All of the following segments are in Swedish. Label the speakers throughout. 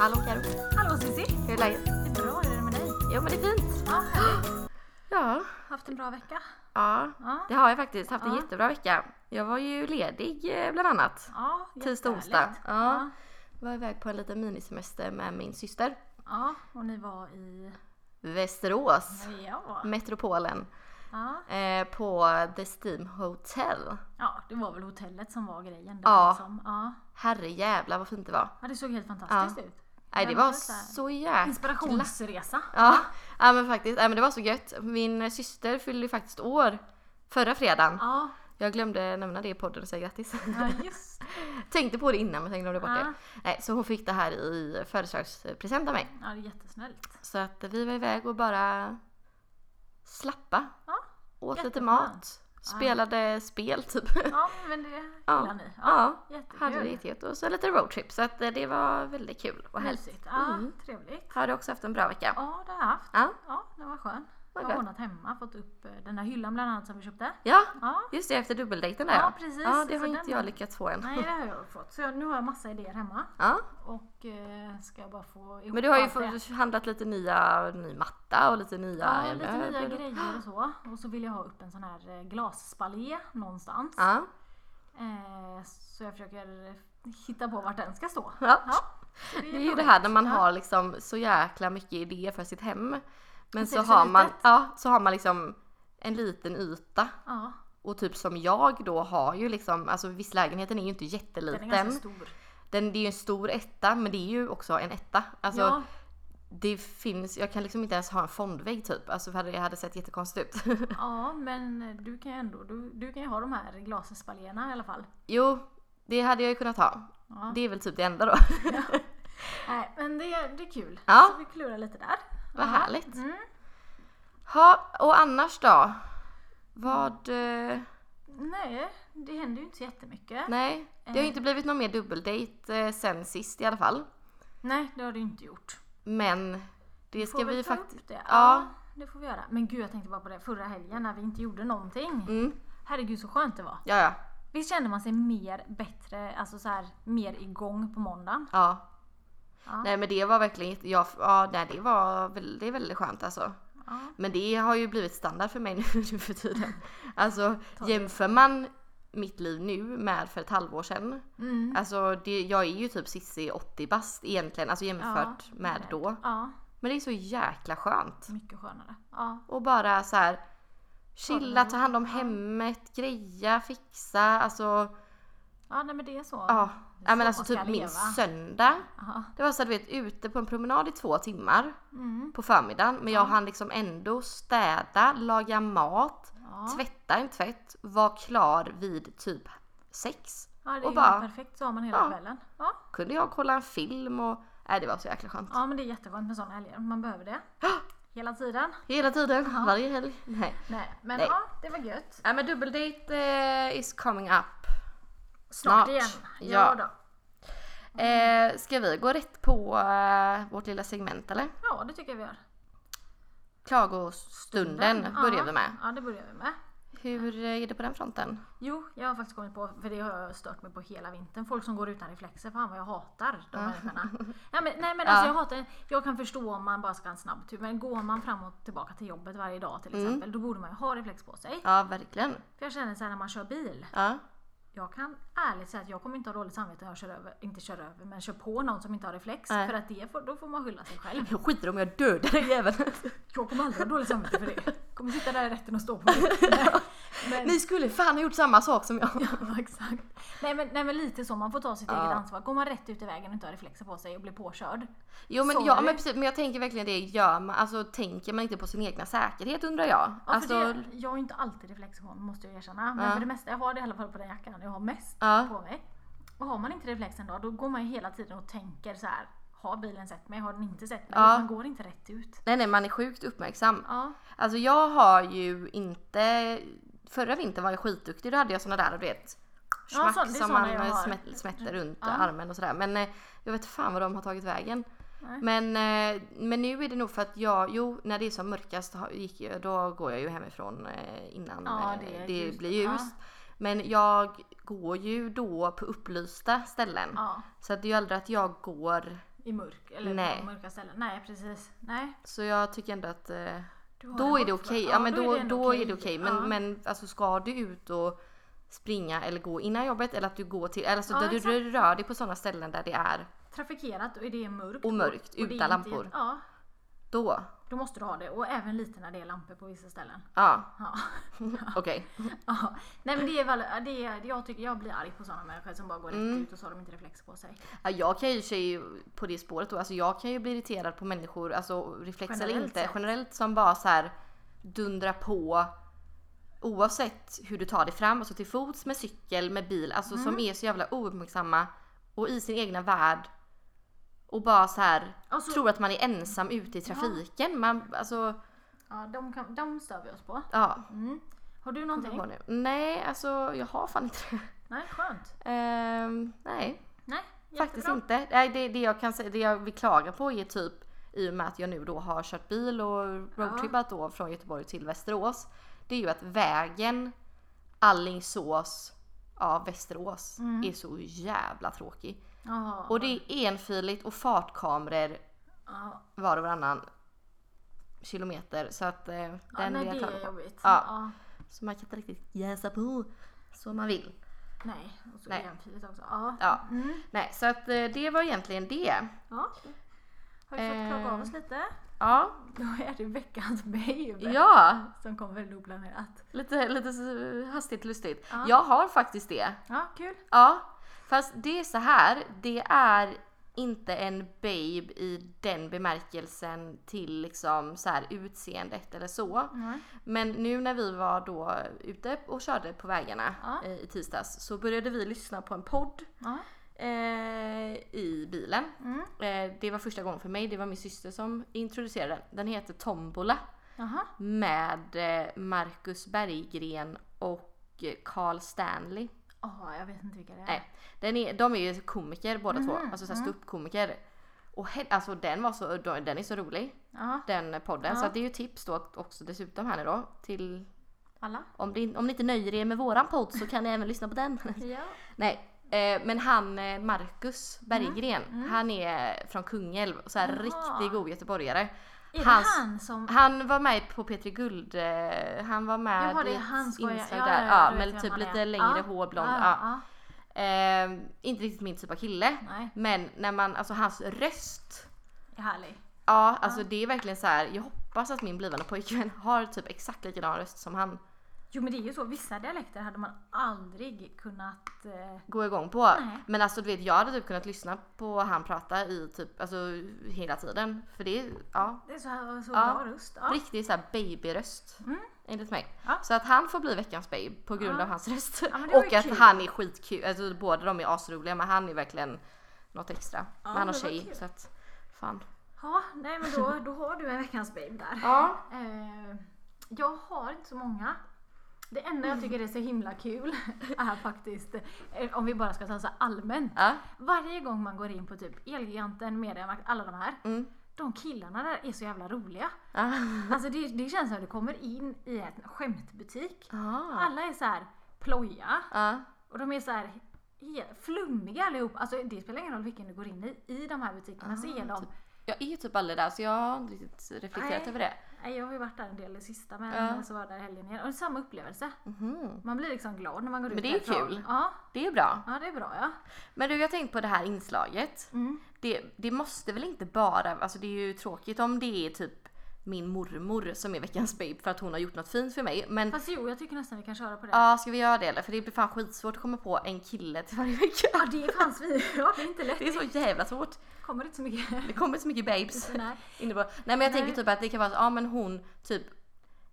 Speaker 1: Hallå Karo.
Speaker 2: Hallå Cissi!
Speaker 1: Hur är läget?
Speaker 2: Det är bra, hur är det med dig?
Speaker 1: Jo men det är fint.
Speaker 2: Ja, härligt.
Speaker 1: Ja.
Speaker 2: Haft en bra vecka?
Speaker 1: Ja,
Speaker 2: Ja.
Speaker 1: det har jag faktiskt. Haft en
Speaker 2: Ja.
Speaker 1: jättebra vecka. Jag var ju ledig eh, bland annat.
Speaker 2: Ja,
Speaker 1: Tisdag och
Speaker 2: jättehärligt.
Speaker 1: onsdag. Ja.
Speaker 2: Ja.
Speaker 1: Var iväg på en liten minisemester med min syster.
Speaker 2: ja, och ni var i...
Speaker 1: Västerås.
Speaker 2: Ja.
Speaker 1: Metropolen.
Speaker 2: ja.
Speaker 1: Eh, på The Steam Hotel.
Speaker 2: Ja, det var väl hotellet som var grejen.
Speaker 1: Ja.
Speaker 2: Ja. Liksom. ja.
Speaker 1: Herre jävla vad fint det var.
Speaker 2: Ja, det såg helt fantastiskt ut.
Speaker 1: Nej det
Speaker 2: Ja,
Speaker 1: var
Speaker 2: men så här.
Speaker 1: så jäkla...
Speaker 2: Inspirationsresa.
Speaker 1: Ja, ja men faktiskt. Ja, men det var så gött. Min syster fyllde ju faktiskt år förra fredagen.
Speaker 2: Ja,
Speaker 1: Jag glömde nämna det i podden och säga grattis.
Speaker 2: ja just det.
Speaker 1: tänkte på det innan men sen glömde jag bort
Speaker 2: Ja.
Speaker 1: det. Nej, så hon fick det här i födelsedagspresent av mig.
Speaker 2: Ja, det är jättesnällt.
Speaker 1: Så att vi var iväg och bara slappa.
Speaker 2: Ja,
Speaker 1: Åt lite
Speaker 2: jätteskönt.
Speaker 1: mat. Spelade spel typ.
Speaker 2: ja men det
Speaker 1: Ja.
Speaker 2: gillar ni.
Speaker 1: Ja,
Speaker 2: jättekul.
Speaker 1: Hade det jättegött. Och så lite roadtrip. Så att eh, det var väldigt kul och härligt.
Speaker 2: Mysigt. Ja,
Speaker 1: Mm.
Speaker 2: trevligt.
Speaker 1: Har du också haft en bra vecka?
Speaker 2: Ja, det har jag haft.
Speaker 1: Ja.
Speaker 2: Ja, det var skön.
Speaker 1: Vad
Speaker 2: Jag
Speaker 1: gött.
Speaker 2: har ordnat hemma, fått upp eh, den där hyllan bland annat som vi köpte.
Speaker 1: Ja,
Speaker 2: Ja,
Speaker 1: just det efter dubbeldejten där
Speaker 2: Ja, precis.
Speaker 1: Ja, det har
Speaker 2: Så
Speaker 1: inte
Speaker 2: den-
Speaker 1: jag lyckats få än.
Speaker 2: Nej, det har jag fått. Så jag, nu har jag massa idéer hemma.
Speaker 1: Ja.
Speaker 2: Och eh, ska jag bara få ihop
Speaker 1: Men du har ju
Speaker 2: allt det.
Speaker 1: fått- handlat lite nya, ny matta och lite nya
Speaker 2: Ja, lite
Speaker 1: möbler
Speaker 2: nya
Speaker 1: och-
Speaker 2: grejer och så. Och så vill jag ha upp en sån här eh, glasspalje någonstans.
Speaker 1: Ja.
Speaker 2: Eh, så jag försöker hitta på vart den ska stå.
Speaker 1: Ja.
Speaker 2: så
Speaker 1: Det är ju det
Speaker 2: roligt.
Speaker 1: här när man
Speaker 2: Ja.
Speaker 1: har liksom så jäkla mycket idéer för sitt hem. Men
Speaker 2: så
Speaker 1: så
Speaker 2: är det så
Speaker 1: har, man,
Speaker 2: litet.
Speaker 1: ja, så har man liksom en liten yta.
Speaker 2: Ja,
Speaker 1: Och typ som jag då har ju liksom, alltså visst lägenheten är ju inte
Speaker 2: den är
Speaker 1: jätteliten.
Speaker 2: ganska stor.
Speaker 1: Den, det är ju en stor etta men det är ju också en etta. Alltså,
Speaker 2: ja,
Speaker 1: det finns, jag kan liksom inte ens ha en fondvägg typ. Alltså för det hade sett jättekonstigt ut.
Speaker 2: ja, men du kan ju ändå du, du kan ju ha de här glasspaljerna i alla fall.
Speaker 1: jo, det hade jag ju kunnat ha.
Speaker 2: Ja.
Speaker 1: Det är väl typ det enda då.
Speaker 2: Nej, men det, det är kul.
Speaker 1: Ja.
Speaker 2: Så vi klurar lite där.
Speaker 1: Vad
Speaker 2: Ja.
Speaker 1: härligt.
Speaker 2: Mm.
Speaker 1: Ha, och annars då? Vad... eh,
Speaker 2: Nej, det händer ju inte så jättemycket.
Speaker 1: Nej, det har ju
Speaker 2: Eh.
Speaker 1: inte blivit någon mer dubbeldejt eh, sen sist i alla fall.
Speaker 2: Nej, det har du inte gjort.
Speaker 1: Men det
Speaker 2: Får
Speaker 1: ska
Speaker 2: väl
Speaker 1: vi
Speaker 2: ta upp
Speaker 1: faktiskt...
Speaker 2: Det.
Speaker 1: Ja.
Speaker 2: Ja, det får vi göra. Men gud, jag tänkte bara på det förra helgen när vi inte gjorde någonting.
Speaker 1: Mm,
Speaker 2: Herregud så skönt det var.
Speaker 1: ja, ja,
Speaker 2: Visst kände man sig mer bättre, alltså så här mer igång på måndagen?
Speaker 1: ja.
Speaker 2: Ja.
Speaker 1: Nej men det var verkligen jätte- ja, f- ja, nej, det var väl- det är väldigt skönt alltså.
Speaker 2: Ja.
Speaker 1: Men det har ju blivit standard för mig nu, nu för tiden. Alltså jämför man mitt liv nu med för ett halvår sedan.
Speaker 2: Mm.
Speaker 1: Alltså det, jag är ju typ Sissi 80 bast egentligen, alltså jämfört
Speaker 2: Ja,
Speaker 1: med då.
Speaker 2: Ja,
Speaker 1: Men det är så jäkla skönt.
Speaker 2: mycket skönare. Ja.
Speaker 1: Och bara så här chilla,
Speaker 2: Kolla.
Speaker 1: ta hand om hemmet, greja, fixa. Alltså,
Speaker 2: ja, nej men det är så.
Speaker 1: ja.
Speaker 2: Det är
Speaker 1: ja men alltså
Speaker 2: så man
Speaker 1: typ
Speaker 2: ska
Speaker 1: min
Speaker 2: leva.
Speaker 1: söndag.
Speaker 2: Ja.
Speaker 1: Det var så att du vet ute på en promenad i två timmar
Speaker 2: Mm.
Speaker 1: på förmiddagen. Men jag hann liksom ändå städa, laga mat,
Speaker 2: Ja.
Speaker 1: tvätta en tvätt, vara klar vid typ sex.
Speaker 2: ja, det är
Speaker 1: och
Speaker 2: ju
Speaker 1: bara-
Speaker 2: perfekt. Så har man hela
Speaker 1: Ja.
Speaker 2: kvällen. Ja.
Speaker 1: Kunde jag kolla en film och... Nej det var så jäkla skönt.
Speaker 2: ja, men det är jätteskönt med sådana helger. Man behöver det. Hela tiden.
Speaker 1: Hela tiden, varje helg. Nej.
Speaker 2: Nej, men
Speaker 1: Nej.
Speaker 2: ja, det var gött.
Speaker 1: Ja men dubbeldate eh, is coming up.
Speaker 2: Snart,
Speaker 1: Snart.
Speaker 2: igen.
Speaker 1: Ja.
Speaker 2: Ja. då.
Speaker 1: Eh, ska vi gå rätt på eh, vårt lilla segment eller?
Speaker 2: ja, det tycker jag vi gör.
Speaker 1: Klagostunden
Speaker 2: Mm, Ja.
Speaker 1: börjar vi med.
Speaker 2: Ja, det börjar vi med.
Speaker 1: Hur eh, är det på den fronten?
Speaker 2: Jo, jag har faktiskt kommit på, för det har jag stört mig på hela vintern, folk som går utan reflexer. Fan vad jag hatar de människorna. Nej men, nej, men alltså jag hatar, jag kan förstå om man bara ska ha en snabb tur, men går man fram och tillbaka till jobbet varje dag
Speaker 1: Mm.
Speaker 2: till exempel, då borde man ju ha reflex på sig.
Speaker 1: Ja, verkligen.
Speaker 2: För jag känner såhär när man kör bil,
Speaker 1: Ja.
Speaker 2: jag kan ärligt säga att jag kommer inte ha dåligt samvete när jag kör över, inte kör över, men kör på någon som inte har reflex.
Speaker 1: Nej.
Speaker 2: För att det, får- då får man skylla sig själv.
Speaker 1: Jag skiter om jag dödar den jäveln.
Speaker 2: Jag kommer aldrig ha dåligt samvete för det. Kommer sitta där i rätten och stå på det. Nej, men-
Speaker 1: Ni skulle fan ha gjort samma sak som jag.
Speaker 2: Ja, exakt. Nej men, nej men lite så, man får ta sitt
Speaker 1: Ja.
Speaker 2: eget ansvar. Går man rätt ut i vägen och inte har reflexer på sig och blir påkörd.
Speaker 1: Jo men,
Speaker 2: Sorry.
Speaker 1: ja, men, precis, men jag tänker verkligen det, gör man, alltså, tänker man inte på sin egna säkerhet undrar jag?
Speaker 2: Ja,
Speaker 1: alltså,
Speaker 2: för det, jag har ju inte alltid reflexer på mig måste jag erkänna. Men
Speaker 1: Ja.
Speaker 2: för det mesta, jag har det i alla fall på den jackan jag har mest
Speaker 1: Ja.
Speaker 2: på mig. Och har man inte reflexen då, då går man ju hela tiden och tänker så här. Har bilen sett mig? Har den inte sett mig?
Speaker 1: Ja.
Speaker 2: Man går inte rätt ut.
Speaker 1: Nej nej, man är sjukt uppmärksam.
Speaker 2: Ja,
Speaker 1: Alltså jag har ju inte, förra vintern var jag skitduktig, då hade jag såna där du vet
Speaker 2: Ja,
Speaker 1: smack
Speaker 2: så- det är
Speaker 1: som
Speaker 2: såna
Speaker 1: man
Speaker 2: jag
Speaker 1: eh,
Speaker 2: har.
Speaker 1: smätt, smätter runt
Speaker 2: Ja.
Speaker 1: armen och sådär. Men eh, jag vet fan vad de har tagit vägen.
Speaker 2: Nej.
Speaker 1: Men, eh, men nu är det nog för att jag, jo när det är som mörkast har- gick, jag- då går jag ju hemifrån eh, innan
Speaker 2: Ja,
Speaker 1: eh,
Speaker 2: det är
Speaker 1: det
Speaker 2: ljust.
Speaker 1: blir ljust. Men jag går ju då på upplysta ställen.
Speaker 2: ja.
Speaker 1: Så att det är ju aldrig att jag går
Speaker 2: I i mörk eller
Speaker 1: Nej.
Speaker 2: på mörka ställen. Nej precis. Nej.
Speaker 1: Så jag tycker ändå att eh,
Speaker 2: Du har
Speaker 1: då
Speaker 2: en
Speaker 1: är det
Speaker 2: hoppfull-
Speaker 1: okej. Ja, men då,
Speaker 2: ändå
Speaker 1: då är det okej. Men,
Speaker 2: Ja.
Speaker 1: men alltså, ska du ut och springa eller gå innan jobbet eller att du går till, eller alltså,
Speaker 2: Ja,
Speaker 1: där du
Speaker 2: exakt.
Speaker 1: du rör dig på sådana ställen där det är,
Speaker 2: Trafikerat och det är mörkt.
Speaker 1: Och mörkt,
Speaker 2: det är
Speaker 1: utan
Speaker 2: inte-
Speaker 1: lampor.
Speaker 2: Ja,
Speaker 1: då,
Speaker 2: då måste du ha det. Och även lite när det är lampor på vissa ställen.
Speaker 1: ja
Speaker 2: Ja.
Speaker 1: okej.
Speaker 2: ja. Nej men det är väl, det är, jag, tycker, jag blir arg på sådana människor som bara går
Speaker 1: Mm.
Speaker 2: rätt ut och så har de inte reflex på sig.
Speaker 1: Ja, jag kan ju i och för sig på det spåret då, alltså jag kan ju bli irriterad på människor, alltså reflex eller
Speaker 2: Generellt
Speaker 1: inte,
Speaker 2: sett.
Speaker 1: generellt som bara så här dundrar på oavsett hur du tar dig fram, alltså till fots, med cykel, med bil, alltså
Speaker 2: Mm.
Speaker 1: som är så jävla ouppmärksamma och i sin egna värld och bara så här
Speaker 2: Alltså-
Speaker 1: tror att man är ensam ute i trafiken. Man, alltså,
Speaker 2: Ja, de, kan, de stör vi oss på.
Speaker 1: ja.
Speaker 2: Mm. Har du
Speaker 1: vad
Speaker 2: någonting?
Speaker 1: var det? Nej, alltså jag har fan inte det.
Speaker 2: Nej, skönt.
Speaker 1: Ehm, nej.
Speaker 2: Nej,
Speaker 1: Faktiskt inte. Nej, det, det, jag kan, säga- det jag vill klaga på är typ i och med att jag nu då har kört bil och roadtrippat då från Göteborg till Västerås. Det är ju att vägen Allingsås, ja Västerås, är så jävla tråkig.
Speaker 2: Mm. Ja,
Speaker 1: Och det är enfiligt och fartkameror
Speaker 2: ja.
Speaker 1: var och varannan kilometer. Så att eh, den
Speaker 2: ja,
Speaker 1: vill
Speaker 2: nej,
Speaker 1: jag
Speaker 2: det
Speaker 1: klaga
Speaker 2: är
Speaker 1: på.
Speaker 2: jobbigt.
Speaker 1: Ja.
Speaker 2: Ja.
Speaker 1: Så man kan inte riktigt jäsa på som man vill.
Speaker 2: Nej, och så
Speaker 1: Nej.
Speaker 2: jämfiligt också. Ja.
Speaker 1: Ja.
Speaker 2: Mm.
Speaker 1: Nej, så att eh, det var egentligen det.
Speaker 2: ja. Har vi fått klaga av
Speaker 1: Eh.
Speaker 2: oss lite?
Speaker 1: Ja,
Speaker 2: Då är det veckans babe
Speaker 1: ja
Speaker 2: som kom väldigt oplanerat.
Speaker 1: Lite, lite så- hastigt lustigt.
Speaker 2: Ja.
Speaker 1: Jag har faktiskt det.
Speaker 2: Ja, kul.
Speaker 1: Ja. Fast det är så här, det är inte en babe i den bemärkelsen till liksom så här utseendet eller så.
Speaker 2: Nej.
Speaker 1: Men nu när vi var då ute och körde på vägarna
Speaker 2: Ja.
Speaker 1: eh, i tisdags så började vi lyssna på en podd
Speaker 2: Ja.
Speaker 1: eh, i bilen.
Speaker 2: Mm.
Speaker 1: Eh, det var första gången för mig, det var min syster som introducerade den. Den heter Tombola
Speaker 2: Jaha.
Speaker 1: med eh, Marcus Berggren och eh, Carl Stanley.
Speaker 2: Ja, jag vet inte vilka det är.
Speaker 1: Nej, den är, de är ju komiker båda två,
Speaker 2: Mhm,
Speaker 1: alltså såhär ståuppkomiker. Och he- alltså den var så, de- den är så rolig,
Speaker 2: Ja.
Speaker 1: den podden. Så
Speaker 2: Ja.
Speaker 1: att det är ju tips då också dessutom här nu då till
Speaker 2: Alla?
Speaker 1: om, det, om ni inte nöjer er med våran podd så kan ni även lyssna på den.
Speaker 2: Ja.
Speaker 1: Nej, eh, men han eh, Marcus Berggren, han är från Kungälv och så här
Speaker 2: Mm-hmm, mm. Jaha.
Speaker 1: riktig god göteborgare.
Speaker 2: Är
Speaker 1: Hans-
Speaker 2: det han som...
Speaker 1: Han var med på P3 Guld, eh, han var med
Speaker 2: Jaha, det
Speaker 1: i
Speaker 2: är
Speaker 1: ett
Speaker 2: han som var- ja,
Speaker 1: inslag
Speaker 2: ja,
Speaker 1: där.
Speaker 2: ja,
Speaker 1: Ja,
Speaker 2: du vet
Speaker 1: men
Speaker 2: vem
Speaker 1: typ
Speaker 2: han är.
Speaker 1: lite längre
Speaker 2: Ja.
Speaker 1: hår, blond. Ja,
Speaker 2: ja.
Speaker 1: Ehm, inte riktigt min typ av kille.
Speaker 2: ja. Nej,
Speaker 1: Men när man, alltså hans röst.
Speaker 2: det är härlig.
Speaker 1: Ja, alltså det är verkligen så här. jag hoppas att min blivande pojkvän har typ exakt likadan röst som han
Speaker 2: Jo men det är ju så, vissa dialekter hade man aldrig kunnat... Eh,
Speaker 1: går igång på.
Speaker 2: Nej.
Speaker 1: Men alltså du vet, jag hade typ kunnat lyssna på han prata i typ, alltså hela tiden. För det är, ja.
Speaker 2: det är så, här- så
Speaker 1: Ja.
Speaker 2: bra röst. Ja.
Speaker 1: Riktig så här babyröst.
Speaker 2: Mm.
Speaker 1: Enligt mig.
Speaker 2: Ja.
Speaker 1: Så att han får bli veckans babe på grund
Speaker 2: Ja.
Speaker 1: av hans röst.
Speaker 2: men det var
Speaker 1: och
Speaker 2: ju
Speaker 1: att
Speaker 2: kul.
Speaker 1: han är skitkul. Alltså, båda de är asroliga men han är verkligen något extra. men han har
Speaker 2: men vad
Speaker 1: tjej
Speaker 2: kul.
Speaker 1: så att fan.
Speaker 2: ja, nej men då, då har du en veckans babe där.
Speaker 1: Ja.
Speaker 2: Eh, jag har inte så många. Det enda jag tycker är så himla kul är faktiskt, eh, om vi bara ska ta så här allmänt.
Speaker 1: Ja.
Speaker 2: Varje gång man går in på typ Elgiganten, Mediamarkt, alla de här.
Speaker 1: Mm.
Speaker 2: De killarna där är så jävla roliga.
Speaker 1: Ja.
Speaker 2: Alltså det, det känns som att du kommer in i en skämtbutik.
Speaker 1: Ja.
Speaker 2: Alla är så här ploja.
Speaker 1: Ja.
Speaker 2: Och de är så här he- flummiga allihop. Alltså det spelar ingen roll vilken du går in i. I de här butikerna så är de...
Speaker 1: typ. Jag är typ aldrig där så jag har inte riktigt reflekterat
Speaker 2: Nej.
Speaker 1: över det.
Speaker 2: Nej, jag har ju varit där en del i sista men
Speaker 1: Ja.
Speaker 2: så var jag där helgen igen. Och det är samma upplevelse.
Speaker 1: Mhm.
Speaker 2: Man blir liksom glad när man går
Speaker 1: Men
Speaker 2: ut
Speaker 1: det är ju
Speaker 2: därifrån.
Speaker 1: kul.
Speaker 2: Ja,
Speaker 1: Det är bra.
Speaker 2: ja, det är bra ja.
Speaker 1: Men du jag har tänkt på det här inslaget.
Speaker 2: Mm.
Speaker 1: Det, det måste väl inte bara, alltså det är ju tråkigt om det är typ min mormor som är veckans babe för att hon har gjort något fint för mig. Men
Speaker 2: Fast jo, jag tycker nästan vi kan köra på det.
Speaker 1: ja, ska vi göra det eller? För det blir fan skitsvårt att komma på en kille till varje vecka.
Speaker 2: Ja, det är fan svin- Ja, det är inte lätt.
Speaker 1: Det är så jävla svårt.
Speaker 2: Kommer inte så mycket.
Speaker 1: Det kommer så mycket babes.
Speaker 2: Nej.
Speaker 1: Inne på. Nej men jag
Speaker 2: Nej.
Speaker 1: tänker typ att det kan vara så, ja men hon typ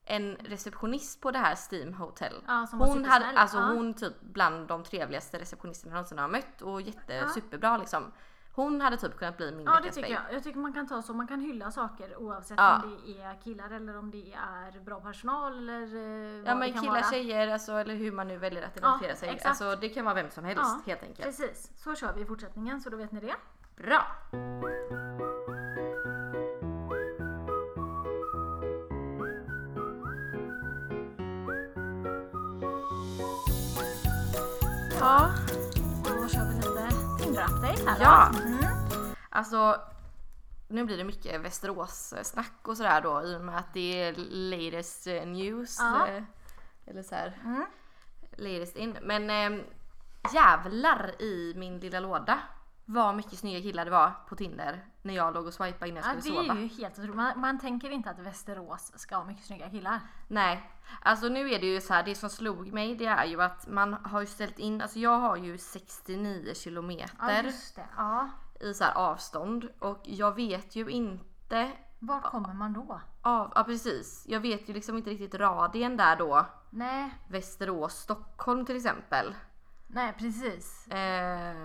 Speaker 1: en receptionist på det här Steam Hotel.
Speaker 2: Ja, som var
Speaker 1: hon, hade,
Speaker 2: supersnäll.
Speaker 1: alltså,
Speaker 2: Ja.
Speaker 1: hon typ bland de trevligaste receptionisterna jag någonsin har mött och jätte, superbra liksom. Hon hade typ kunnat bli min
Speaker 2: Ja, det
Speaker 1: veckans
Speaker 2: tycker
Speaker 1: babe.
Speaker 2: jag. Jag tycker man kan ta så. Man kan hylla saker oavsett
Speaker 1: Ja.
Speaker 2: om det är killar eller om det är bra personal eller eh, vad
Speaker 1: Ja
Speaker 2: det
Speaker 1: men
Speaker 2: kan
Speaker 1: killar,
Speaker 2: vara.
Speaker 1: tjejer alltså, eller hur man nu väljer att identifiera sig.
Speaker 2: exakt.
Speaker 1: Alltså det kan vara vem som helst
Speaker 2: Ja,
Speaker 1: helt enkelt.
Speaker 2: Precis, så kör vi i fortsättningen så då vet ni det.
Speaker 1: Bra! Ja,
Speaker 2: Då kör vi lite Tinder-update här då.
Speaker 1: Ja.
Speaker 2: Mm.
Speaker 1: alltså nu blir det mycket Västerås-snack och sådär då i och med att det är latest eh, news.
Speaker 2: Ja.
Speaker 1: eh, Eller så här,
Speaker 2: Mm.
Speaker 1: latest in. Men ehm, jävlar i min lilla låda vad mycket snygga killar det var på Tinder när jag låg och swipade innan
Speaker 2: Ja,
Speaker 1: jag
Speaker 2: det
Speaker 1: skulle
Speaker 2: är
Speaker 1: sova.
Speaker 2: ju helt otroligt. Man, man tänker inte att Västerås ska ha mycket snygga killar.
Speaker 1: Nej, alltså nu är det ju så här, det som slog mig det är ju att man har ju ställt in, alltså jag har ju 69
Speaker 2: Ja,
Speaker 1: kilometer
Speaker 2: just det. Ja.
Speaker 1: i så här avstånd och jag vet ju inte
Speaker 2: Vart kommer man då?
Speaker 1: av, ja precis, jag vet ju liksom inte riktigt radien där då.
Speaker 2: Nej,
Speaker 1: Västerås, Stockholm till exempel.
Speaker 2: nej precis.
Speaker 1: Eh,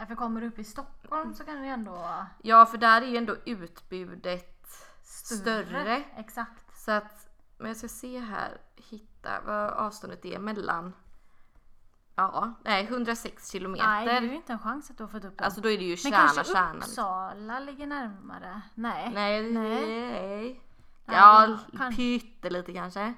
Speaker 2: Ja, För kommer du upp i Stockholm så kan du ju ändå...
Speaker 1: ja, för där är ju ändå utbudet större.
Speaker 2: Exakt.
Speaker 1: Så att, men jag ska se här, hitta vad avståndet är mellan. Ja, nej 106
Speaker 2: Nej, det är
Speaker 1: kilometer.
Speaker 2: ju inte en chans att du har fått upp den.
Speaker 1: Alltså då är det ju
Speaker 2: Men
Speaker 1: kärna,
Speaker 2: kanske
Speaker 1: kärna. liksom.
Speaker 2: Uppsala ligger närmare? Nej.
Speaker 1: Nej,
Speaker 2: Nej.
Speaker 1: nej.
Speaker 2: Nej,
Speaker 1: Ja,
Speaker 2: det kan-
Speaker 1: pyttelite kanske.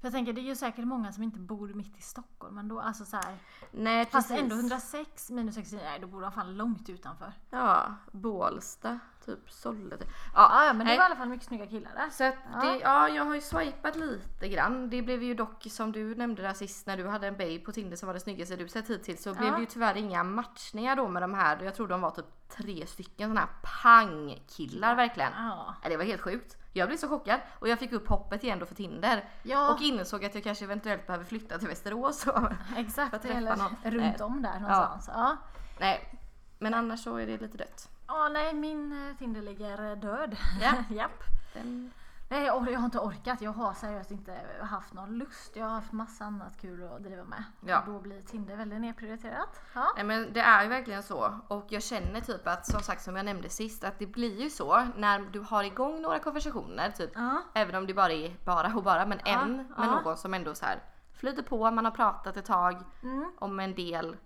Speaker 2: För jag tänker det är ju säkert många som inte bor mitt i Stockholm. Men då, alltså så här,
Speaker 1: Nej,
Speaker 2: fast
Speaker 1: precis.
Speaker 2: ändå 106 minus 69, nej då bor de fan långt utanför.
Speaker 1: Ja, Bålsta, typ Sollefteå.
Speaker 2: Ja, ja men det
Speaker 1: nej.
Speaker 2: var i alla fall mycket snygga killar där.
Speaker 1: Så att
Speaker 2: Ja.
Speaker 1: Det, ja, jag har ju swipat lite grann. Det blev ju dock som du nämnde där sist när du hade en babe på Tinder som var det snyggaste du sett hittills så blev det ju tyvärr inga matchningar då med de här. Jag tror de var typ tre stycken sådana här pangkillar verkligen.
Speaker 2: Ja.
Speaker 1: Ja, Det var helt sjukt. Jag blev så chockad och jag fick upp hoppet igen då för Tinder
Speaker 2: Ja.
Speaker 1: och insåg att jag kanske eventuellt behöver flytta till Västerås. Så.
Speaker 2: Exakt,
Speaker 1: träffa
Speaker 2: eller
Speaker 1: någon.
Speaker 2: runt
Speaker 1: Nej.
Speaker 2: om där någonstans. Ja.
Speaker 1: Nej, men annars så är det lite dött.
Speaker 2: Ja, nej min eh, Tinder ligger eh, död.
Speaker 1: Ja.
Speaker 2: Japp.
Speaker 1: Den...
Speaker 2: Nej, jag or- jag har inte orkat. Jag har seriöst inte haft någon lust. Jag har haft massa annat kul att driva med.
Speaker 1: Ja.
Speaker 2: Och Då blir Tinder väldigt nedprioriterat. Ja.
Speaker 1: Nej men det är ju verkligen så och jag känner typ att som sagt som jag nämnde sist att det blir ju så när du har igång några konversationer typ
Speaker 2: Ja.
Speaker 1: även om det bara är bara och bara men en med
Speaker 2: ja.
Speaker 1: någon som ändå så här flyter på, man har pratat ett tag
Speaker 2: Mm.
Speaker 1: om en del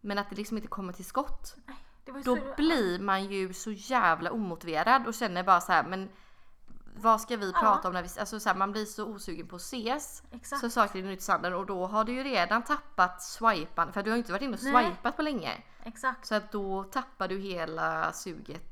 Speaker 1: men att det liksom inte kommer till skott.
Speaker 2: Det var ju
Speaker 1: Då
Speaker 2: så-
Speaker 1: blir man ju så jävla omotiverad och känner bara så här men vad ska vi prata om när vi, alltså så här, man blir så osugen på att ses.
Speaker 2: Exakt.
Speaker 1: Så saker rinner ut i sanden och då har du ju redan tappat swipan för du har ju inte varit inne och
Speaker 2: Nej.
Speaker 1: swipat på länge.
Speaker 2: Exakt.
Speaker 1: Så att då tappar du hela suget.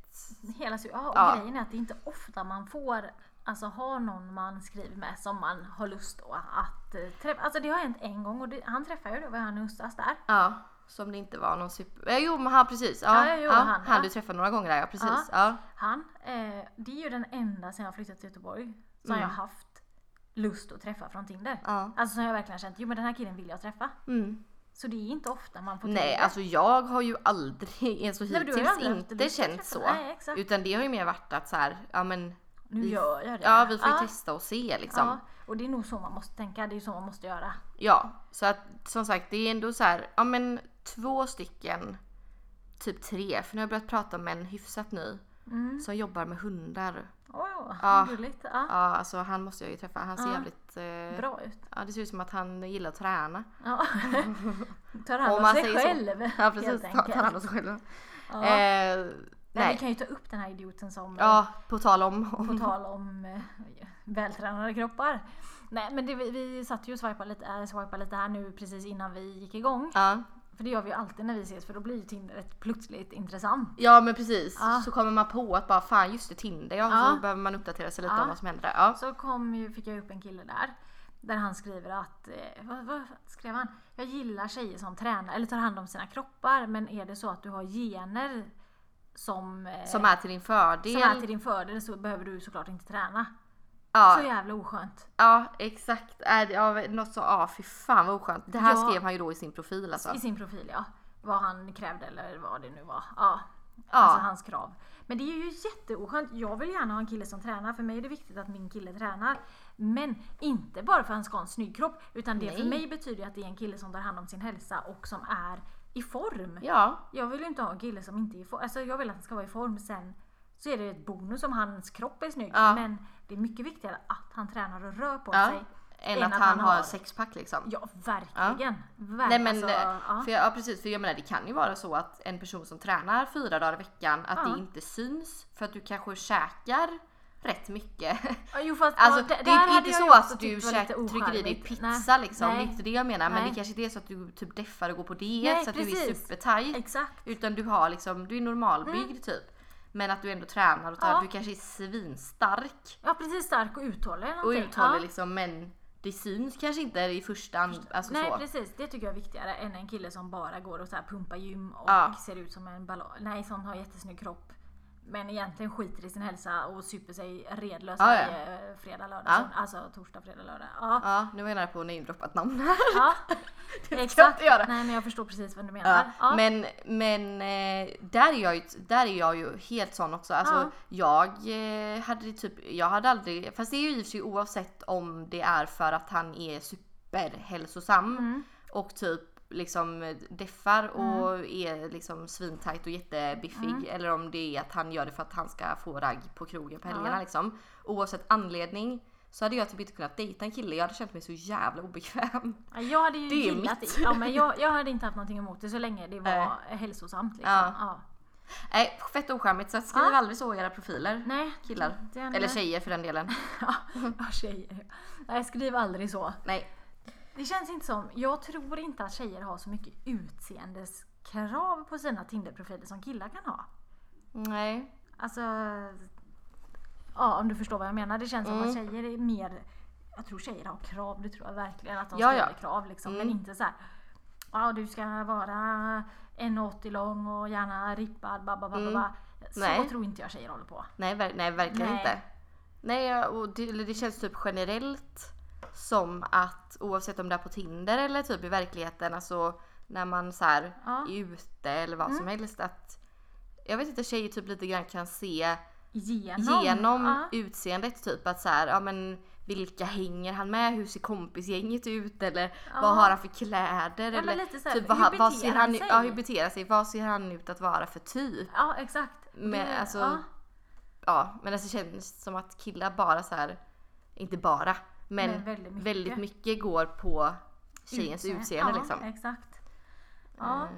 Speaker 2: Hela sy- ja, och
Speaker 1: Ja.
Speaker 2: grejen är att det är inte ofta man får alltså, ha någon man skriver med som man har lust då att eh, träffa. Alltså det har hänt en gång och det, han träffade ju då, var han i höstas där.
Speaker 1: Ja, som det inte var någon super... Eh, jo men han precis. Ja,
Speaker 2: Ja, jo, han, ja.
Speaker 1: du träffade några gånger där ja precis.
Speaker 2: Ja.
Speaker 1: Ja.
Speaker 2: Han, eh, det är ju den enda sen jag flyttat till Göteborg som jag haft lust att träffa från Tinder.
Speaker 1: Mm. Ja.
Speaker 2: Alltså som jag verkligen känt, jo men den här killen vill jag träffa.
Speaker 1: Mm.
Speaker 2: Så det är inte ofta man får till
Speaker 1: Nej
Speaker 2: det.
Speaker 1: alltså jag har ju aldrig ens så
Speaker 2: men du har ju
Speaker 1: hittills
Speaker 2: aldrig haft
Speaker 1: inte
Speaker 2: lust att
Speaker 1: känt
Speaker 2: träffa-
Speaker 1: så.
Speaker 2: Nej, exakt.
Speaker 1: Utan det har ju mer varit att så här, ja men
Speaker 2: nu gör jag det.
Speaker 1: ja vi får ju testa och se liksom.
Speaker 2: Ja, och det är nog så man måste tänka, det är ju så man måste göra.
Speaker 1: Ja, så att som sagt det är ändå så här, ja men två stycken, typ tre, för nu har jag börjat prata med en hyfsat ny
Speaker 2: Mm.
Speaker 1: som jobbar med hundar.
Speaker 2: Åh,
Speaker 1: Ja.
Speaker 2: gulligt. Ja.
Speaker 1: Ja, alltså han måste jag ju träffa, han ser
Speaker 2: Ja.
Speaker 1: jävligt... Eh,
Speaker 2: Ah. Bra ut.
Speaker 1: Ja, det ser ut som att han gillar att träna.
Speaker 2: Ja. Tar hand
Speaker 1: Om
Speaker 2: om,
Speaker 1: man
Speaker 2: sig
Speaker 1: säger så.
Speaker 2: själv.
Speaker 1: Ja precis,
Speaker 2: helt
Speaker 1: ta,
Speaker 2: enkelt.
Speaker 1: tar hand om sig själv.
Speaker 2: Ja.
Speaker 1: Eh,
Speaker 2: Nej. Vi
Speaker 1: nej,
Speaker 2: kan ju ta upp den här idioten som
Speaker 1: ja på tal om...
Speaker 2: på
Speaker 1: om
Speaker 2: tal om eh, vältränade kroppar. Nej men det, vi, vi satt ju och swipade lite, äh, swipade lite här nu precis innan vi gick igång.
Speaker 1: ja.
Speaker 2: För det gör vi ju alltid när vi ses för då blir ju Tinder rätt plötsligt intressant.
Speaker 1: ja men precis,
Speaker 2: Ja.
Speaker 1: så kommer man på att bara fan just det Tinder ja,
Speaker 2: Ja.
Speaker 1: så behöver man uppdatera sig lite
Speaker 2: Ja.
Speaker 1: om vad som händer där. Ja.
Speaker 2: Ah. Så kom ju, fick jag upp en kille där. Där han skriver att, eh, vad, vad skrev han? Jag gillar tjejer som tränar eller tar hand om sina kroppar men är det så att du har gener som, eh,
Speaker 1: Som är till din fördel.
Speaker 2: som är till din fördel så behöver du såklart inte träna.
Speaker 1: ja.
Speaker 2: Så jävla oskönt.
Speaker 1: Ja exakt, Är det- ja, något så, ja fy fan vad oskönt. Det här
Speaker 2: Ja.
Speaker 1: skrev han ju då i sin profil alltså.
Speaker 2: I sin profil ja. Vad han krävde eller vad det nu var. Ja.
Speaker 1: Ja.
Speaker 2: Alltså hans krav. Men det är ju jätteoskönt. Jag vill gärna ha en kille som tränar. För mig är det viktigt att min kille tränar. Men inte bara för att han ska ha en snygg kropp. Utan det för
Speaker 1: Nej.
Speaker 2: mig betyder ju att det är en kille som tar hand om sin hälsa och som är i form.
Speaker 1: Ja,
Speaker 2: Jag vill ju inte ha en kille som inte är i form. Alltså jag vill att han ska vara i form sen. Så är det ett bonus om hans kropp är snygg.
Speaker 1: Ja.
Speaker 2: Men det är mycket viktigare att han tränar och rör på
Speaker 1: ja.
Speaker 2: sig.
Speaker 1: Än att, han, har sexpack liksom.
Speaker 2: Ja, verkligen. Ver-
Speaker 1: Nej men,
Speaker 2: alltså,
Speaker 1: eh,
Speaker 2: ja.
Speaker 1: för jag, ja precis för jag menar det kan ju vara så att en person som tränar fyra dagar i veckan att
Speaker 2: Ja.
Speaker 1: det inte syns för att du kanske käkar rätt mycket.
Speaker 2: Ja, Jo fast
Speaker 1: Alltså,
Speaker 2: ja, d-
Speaker 1: det
Speaker 2: där
Speaker 1: är
Speaker 2: hade
Speaker 1: inte
Speaker 2: jag
Speaker 1: så
Speaker 2: ju också
Speaker 1: att du
Speaker 2: tyckt var
Speaker 1: käk,
Speaker 2: lite
Speaker 1: trycker i dig
Speaker 2: ocharmigt.
Speaker 1: pizza liksom, det är
Speaker 2: Nej.
Speaker 1: inte det jag menar. Men
Speaker 2: Nej.
Speaker 1: det kanske inte är så att du typ deffar och går på diet
Speaker 2: Nej,
Speaker 1: så att du är
Speaker 2: precis.
Speaker 1: supertajt.
Speaker 2: Exakt.
Speaker 1: Utan du har liksom, du är normalbyggd typ. Men att du ändå tränar och tar,
Speaker 2: Mm. Ja.
Speaker 1: du kanske är svinstark
Speaker 2: Ja precis, stark och uthållig eller
Speaker 1: och
Speaker 2: någonting.
Speaker 1: uthållig
Speaker 2: ja.
Speaker 1: liksom men det syns kanske inte i första hand. Alltså
Speaker 2: Nej
Speaker 1: så.
Speaker 2: precis, det tycker jag är viktigare än en kille som bara går och så här pumpar gym och
Speaker 1: Ja.
Speaker 2: ser ut som en ballong. Nej, som har jättesnygg kropp. Men egentligen skiter i sin hälsa och super sig redlös
Speaker 1: Ja, ja.
Speaker 2: varje eh, fredag, lördag,
Speaker 1: Ja.
Speaker 2: söndag. Alltså torsdag, fredag, lördag. Ja,
Speaker 1: Ja, nu var jag nära på att namedroppa ett namn här.
Speaker 2: ja.
Speaker 1: ska jag inte
Speaker 2: exakt.
Speaker 1: göra.
Speaker 2: Nej men jag förstår precis vad du menar.
Speaker 1: Ja,
Speaker 2: Ja.
Speaker 1: Men, men eh, där, är jag ju, där är jag ju helt sån också. Alltså, Jag eh, hade det typ, jag hade aldrig, fast det är ju i och för sig oavsett om det är för att han är superhälsosam
Speaker 2: Mm.
Speaker 1: och typ liksom deffar och är liksom svintajt och jättebiffig
Speaker 2: Mm.
Speaker 1: eller om det är att han gör det för att han ska få ragg på krogen på helgerna
Speaker 2: Ja.
Speaker 1: liksom. Oavsett anledning så hade jag typ inte kunnat dejta en kille, jag hade känt mig så jävla obekväm.
Speaker 2: Ja, Jag hade ju
Speaker 1: Det är
Speaker 2: gillat
Speaker 1: mitt.
Speaker 2: det. Ja, men jag, jag hade inte haft någonting emot det så länge det var hälsosamt. Liksom.
Speaker 1: Ja.
Speaker 2: Ja.
Speaker 1: Nej, fett ocharmigt så att skriv
Speaker 2: Ja.
Speaker 1: aldrig så i era profiler.
Speaker 2: Nej.
Speaker 1: Killar.
Speaker 2: Det är-
Speaker 1: Eller tjejer för den delen.
Speaker 2: Ja, ja, tjejer. Nej, skriv aldrig så.
Speaker 1: Nej.
Speaker 2: Det känns inte som, jag tror inte att tjejer har så mycket utseendeskrav på sina Tinderprofiler som killar kan ha.
Speaker 1: Nej.
Speaker 2: Alltså, ja om du förstår vad jag menar. Det känns
Speaker 1: Mm.
Speaker 2: som att tjejer är mer, jag tror tjejer har krav, det tror jag verkligen att de
Speaker 1: Ja,
Speaker 2: ställer
Speaker 1: ja.
Speaker 2: krav liksom.
Speaker 1: Mm.
Speaker 2: Men inte så här, ja du ska vara 1,80 lång och gärna rippad, ba, ba, ba, ba,
Speaker 1: Mm.
Speaker 2: ba. Så
Speaker 1: Nej.
Speaker 2: tror inte jag tjejer håller på.
Speaker 1: Nej, ver- nej verkligen
Speaker 2: Nej.
Speaker 1: inte. Nej, jag- och det, eller det känns typ generellt som att oavsett om det är på Tinder eller typ i verkligheten, alltså när man så här
Speaker 2: Ja. Mm.
Speaker 1: är ute eller vad som helst att jag vet inte, tjejer typ lite grann kan se
Speaker 2: Genom.
Speaker 1: genom
Speaker 2: ja.
Speaker 1: utseendet typ att så här, ja men vilka hänger han med? Hur ser kompisgänget ut? Eller
Speaker 2: Ja.
Speaker 1: vad har han för kläder?
Speaker 2: men
Speaker 1: eller
Speaker 2: lite så här,
Speaker 1: typ, vad,
Speaker 2: hur
Speaker 1: han- vad
Speaker 2: beter
Speaker 1: ser
Speaker 2: han
Speaker 1: han,
Speaker 2: sig?
Speaker 1: Ja, hur beter han sig? Vad ser han ut att vara för typ?
Speaker 2: ja exakt.
Speaker 1: Men
Speaker 2: Det-
Speaker 1: alltså-
Speaker 2: ja.
Speaker 1: Ja, men alltså, det känns som att killar bara så här, inte bara, men,
Speaker 2: Men väldigt mycket.
Speaker 1: mycket går på tjejens
Speaker 2: Utse-
Speaker 1: utseende
Speaker 2: ja,
Speaker 1: liksom. Eh.
Speaker 2: exakt. Ja,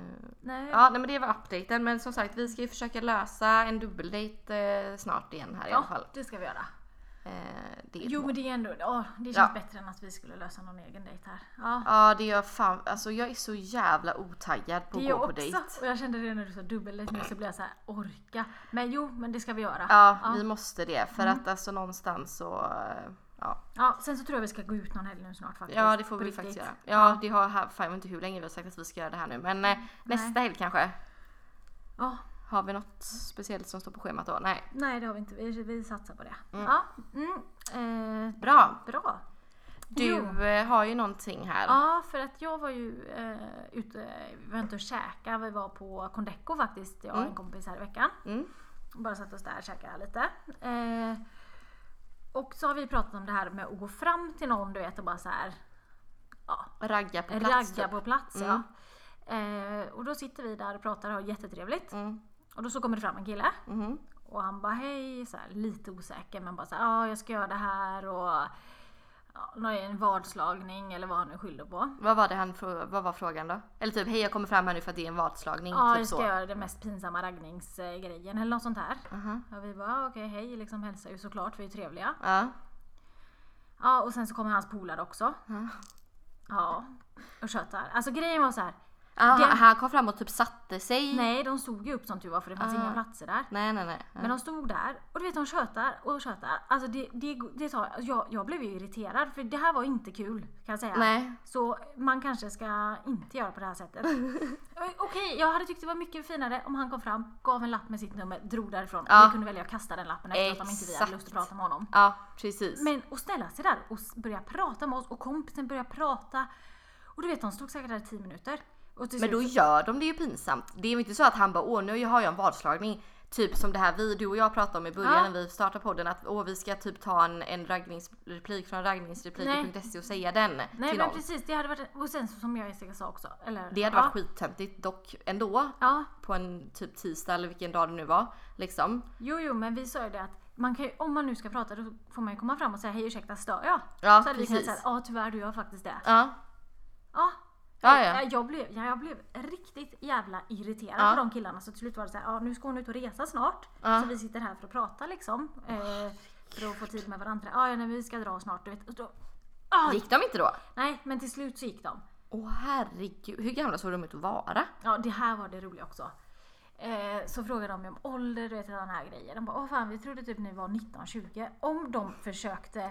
Speaker 2: nej.
Speaker 1: Ja, nej, men det var updaten. Men som sagt, vi ska ju försöka lösa en dubbeldejt eh, snart igen här i alla fall.
Speaker 2: ja, det ska vi göra.
Speaker 1: Eh, det är ett
Speaker 2: Jo men det är ändå, ja, det känns bättre än att vi skulle lösa någon egen dejt här. Ja,
Speaker 1: Ja det gör fan, alltså jag är så jävla otaggad på
Speaker 2: det
Speaker 1: att
Speaker 2: är jag
Speaker 1: gå på
Speaker 2: också.
Speaker 1: dejt.
Speaker 2: Och jag kände det när du sa dubbeldejt nu så blev jag så här, orka. Men jo, men det ska vi göra.
Speaker 1: Ja, vi måste det för att alltså någonstans så, eh, ja.
Speaker 2: Ja, sen så tror jag vi ska gå ut någon helg nu snart faktiskt.
Speaker 1: Ja det får
Speaker 2: På
Speaker 1: vi
Speaker 2: riktigt.
Speaker 1: faktiskt göra. Ja det har, här- fan jag vet inte hur länge vi har sagt att vi ska göra det här nu men eh, nästa helg kanske.
Speaker 2: Ja,
Speaker 1: Har vi något speciellt som står på schemat då? Nej.
Speaker 2: nej det har vi inte, vi, vi satsar på det. Ja, mm, eh,
Speaker 1: Bra.
Speaker 2: bra. Jo.
Speaker 1: Du eh, har ju någonting här.
Speaker 2: Ja, för att jag var ju eh, ute, vi var inte och käka, vi var på Condeco faktiskt, jag och en kompis här i veckan.
Speaker 1: Mm.
Speaker 2: Bara satt oss där och käkade lite. Eh, och så har vi pratat om det här med att gå fram till någon du vet och bara så här ja,
Speaker 1: Ragga på plats.
Speaker 2: ragga
Speaker 1: typ.
Speaker 2: på plats.
Speaker 1: Mm.
Speaker 2: Ja. Eh, och då sitter vi där och pratar och har jättetrevligt.
Speaker 1: Mm.
Speaker 2: Och då så kommer det fram en kille
Speaker 1: Mhm.
Speaker 2: och han bara hej, så här, lite osäker men bara så här, ja jag ska göra det här och ja, nå- en vadslagning eller vad han nu skyller på.
Speaker 1: Vad var det han frå- vad var frågan då? Eller typ hej jag kommer fram här nu för att det är en vadslagning.
Speaker 2: Ja,
Speaker 1: typ
Speaker 2: jag ska
Speaker 1: så.
Speaker 2: göra den mest pinsamma raggningsgrejen eller något sånt här.
Speaker 1: Mhm.
Speaker 2: Och vi bara "Ah, okej hej, liksom hälsar ju såklart, vi är ju trevliga.
Speaker 1: Ja.
Speaker 2: Ja, och sen så kommer hans polare också.
Speaker 1: Ja.
Speaker 2: Ja, och tjötar. Alltså grejen var så här.
Speaker 1: Ah,
Speaker 2: Det-
Speaker 1: Han kom fram och typ satte sig.
Speaker 2: nej de stod ju upp som tur var för det fanns
Speaker 1: Ah.
Speaker 2: inga platser där.
Speaker 1: nej nej. nej.
Speaker 2: Men de stod där och du vet de tjötar och tjötar. Alltså det, det, det tar, alltså, jag, jag blev ju irriterad för det här var inte kul kan jag säga.
Speaker 1: nej.
Speaker 2: Så man kanske ska inte göra på det här sättet. Okej, jag hade tyckt det var mycket finare om han kom fram, gav en lapp med sitt nummer, drog därifrån.
Speaker 1: Ja.
Speaker 2: Vi kunde välja att kasta den lappen efteråt om inte vi hade
Speaker 1: Exakt.
Speaker 2: lust att prata med honom.
Speaker 1: Ja, precis.
Speaker 2: Men att ställa sig där och s- börja prata med oss och kompisen börja prata. Och du vet de stod säkert där i 10 minuter. Och till
Speaker 1: Men då
Speaker 2: slut-
Speaker 1: gör de det ju pinsamt. Det är ju inte så att han bara åh nu har jag en vadslagning. Typ som det här vi, du och jag pratade om i början när
Speaker 2: Ja.
Speaker 1: vi startade podden att åh vi ska typ ta en, en raggningsreplik från raggningsrepliker.se och säga den
Speaker 2: Nej
Speaker 1: till
Speaker 2: men
Speaker 1: någon.
Speaker 2: precis, det hade varit... Och sen så, som jag Jessica sa också. Eller,
Speaker 1: Det hade
Speaker 2: ja,
Speaker 1: varit skittöntigt dock ändå
Speaker 2: Ja,
Speaker 1: på en typ tisdag eller vilken dag det nu var liksom.
Speaker 2: jo jo men vi sa ju det att man kan ju, om man nu ska prata då får man ju komma fram och säga hej ursäkta stör jag?
Speaker 1: Ja
Speaker 2: så hade vi
Speaker 1: precis.
Speaker 2: kunnat säga ja tyvärr du gör faktiskt det.
Speaker 1: Ja,
Speaker 2: Ja.
Speaker 1: Ja, Ah, ja.
Speaker 2: Jag, jag, blev, ja, jag blev riktigt jävla irriterad
Speaker 1: Ja.
Speaker 2: på de killarna så till slut var det så här, ja nu ska hon ut och resa snart.
Speaker 1: Ja.
Speaker 2: Så vi sitter här för att prata liksom. Eh, för att få tid med varandra. Ah, ja, nej, men vi ska dra snart. Du vet. Och då, ah,
Speaker 1: Gick de inte då?
Speaker 2: nej, men till slut så gick de.
Speaker 1: Åh herregud, hur gamla såg de ut att vara?
Speaker 2: Ja, det här var det roliga också. Eh, så frågade de ju om ålder och sådana här grejer. De bara, åh fan vi trodde typ ni var 19-20. Om de försökte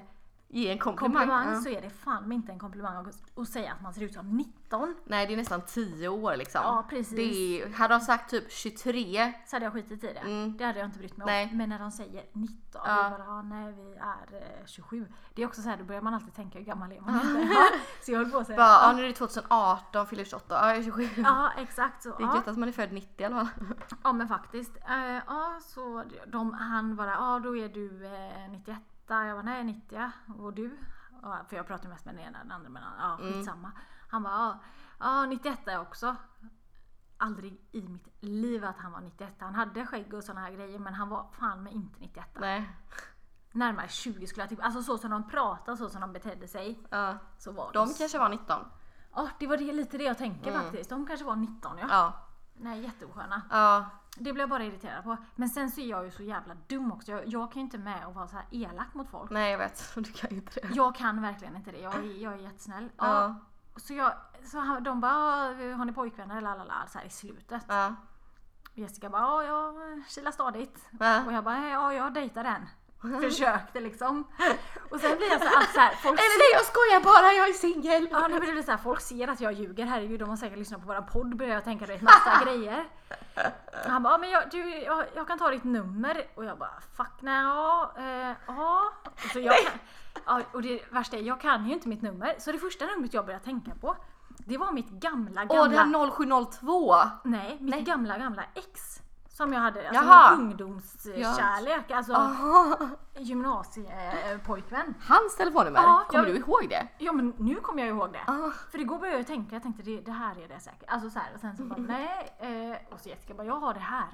Speaker 1: Ge en komplimang.
Speaker 2: komplimang
Speaker 1: Ja.
Speaker 2: så är det fan med inte en komplimang att- att säga att man ser ut som 19.
Speaker 1: Nej det är nästan 10 år liksom.
Speaker 2: Ja, precis.
Speaker 1: Det är, hade de sagt typ 23,
Speaker 2: Så hade jag skitit i det.
Speaker 1: Mm.
Speaker 2: Det hade jag inte brytt mig
Speaker 1: Nej.
Speaker 2: om. Men när de säger 19, då
Speaker 1: Ja.
Speaker 2: bara, ah, nej vi är eh, 27. Det är också så här, då börjar man alltid tänka hur gammal är man egentligen? Så jag höll på att säga.
Speaker 1: bara ja nu är det 2018, fyller 28, ja jag är 27.
Speaker 2: Ja exakt så.
Speaker 1: Det är
Speaker 2: Ja,
Speaker 1: gött att man är född 90 i alla fall.
Speaker 2: ja men faktiskt. Eh, Ja så de, han bara, ja då är du eh, 91. Jag bara, nej 90. Och du? Ja, för jag pratar ju mest med den ena den andra men ja
Speaker 1: Mm.
Speaker 2: skitsamma. Han bara, ja, ja 91 är jag också. Aldrig i mitt liv att han var 91. Han hade skägg och såna här grejer men han var fan med inte 91.
Speaker 1: Nej.
Speaker 2: närmare 20 skulle jag typ, alltså så som de pratade, så som de betedde sig.
Speaker 1: Ja.
Speaker 2: Så var
Speaker 1: De
Speaker 2: det.
Speaker 1: kanske var 19.
Speaker 2: Ja, det var det, lite det jag tänker faktiskt. De kanske var 19 ja.
Speaker 1: Ja.
Speaker 2: Nej, jätteosköna.
Speaker 1: Ja.
Speaker 2: Det blev jag bara irriterad på. Men sen så är jag ju så jävla dum också. Jag, jag kan ju inte med och vara så här elak mot folk.
Speaker 1: Nej jag vet, du kan ju inte det.
Speaker 2: Jag kan verkligen inte det. Jag är, jag är jättesnäll.
Speaker 1: Ja.
Speaker 2: Så, jag, så han- de bara "Ah, “Har ni pojkvänner?” lalala, så här i slutet.
Speaker 1: Ja.
Speaker 2: Och Jessica bara “Ja, jag kilar stadigt”.
Speaker 1: Ja.
Speaker 2: Och jag bara “Ja, jag dejtar den”. Försökte liksom. Och sen blir jag så här, så här folk
Speaker 1: Eller nej jag skojar bara, jag är singel!
Speaker 2: Ja, nu blir det så här, folk ser att jag ljuger, herregud de har säkert lyssnat på våran podd börjar jag tänka rätt massa grejer. Och han bara, ja, men jag, du, jag, jag kan ta ditt nummer och jag bara, fuck nej, ja, eh, ja. Och Så jag kan, ja, och det värsta är, jag kan ju inte mitt nummer, så det första numret jag började tänka på, det var mitt gamla, gamla,
Speaker 1: Åh det här 0702!
Speaker 2: nej, mitt
Speaker 1: Nej.
Speaker 2: gamla, gamla ex. Som jag hade, alltså
Speaker 1: Jaha.
Speaker 2: min ungdomskärlek, alltså
Speaker 1: Aha.
Speaker 2: gymnasiepojkvän.
Speaker 1: Hans telefonnummer,
Speaker 2: Ja,
Speaker 1: kommer
Speaker 2: jag-
Speaker 1: du ihåg det?
Speaker 2: Ja men nu kommer jag ihåg det.
Speaker 1: Ah.
Speaker 2: För igår började jag tänka, jag tänkte det, det här är det säkert. Alltså så här, och sen så bara nej. Eh, och så Jessica bara jag har det här.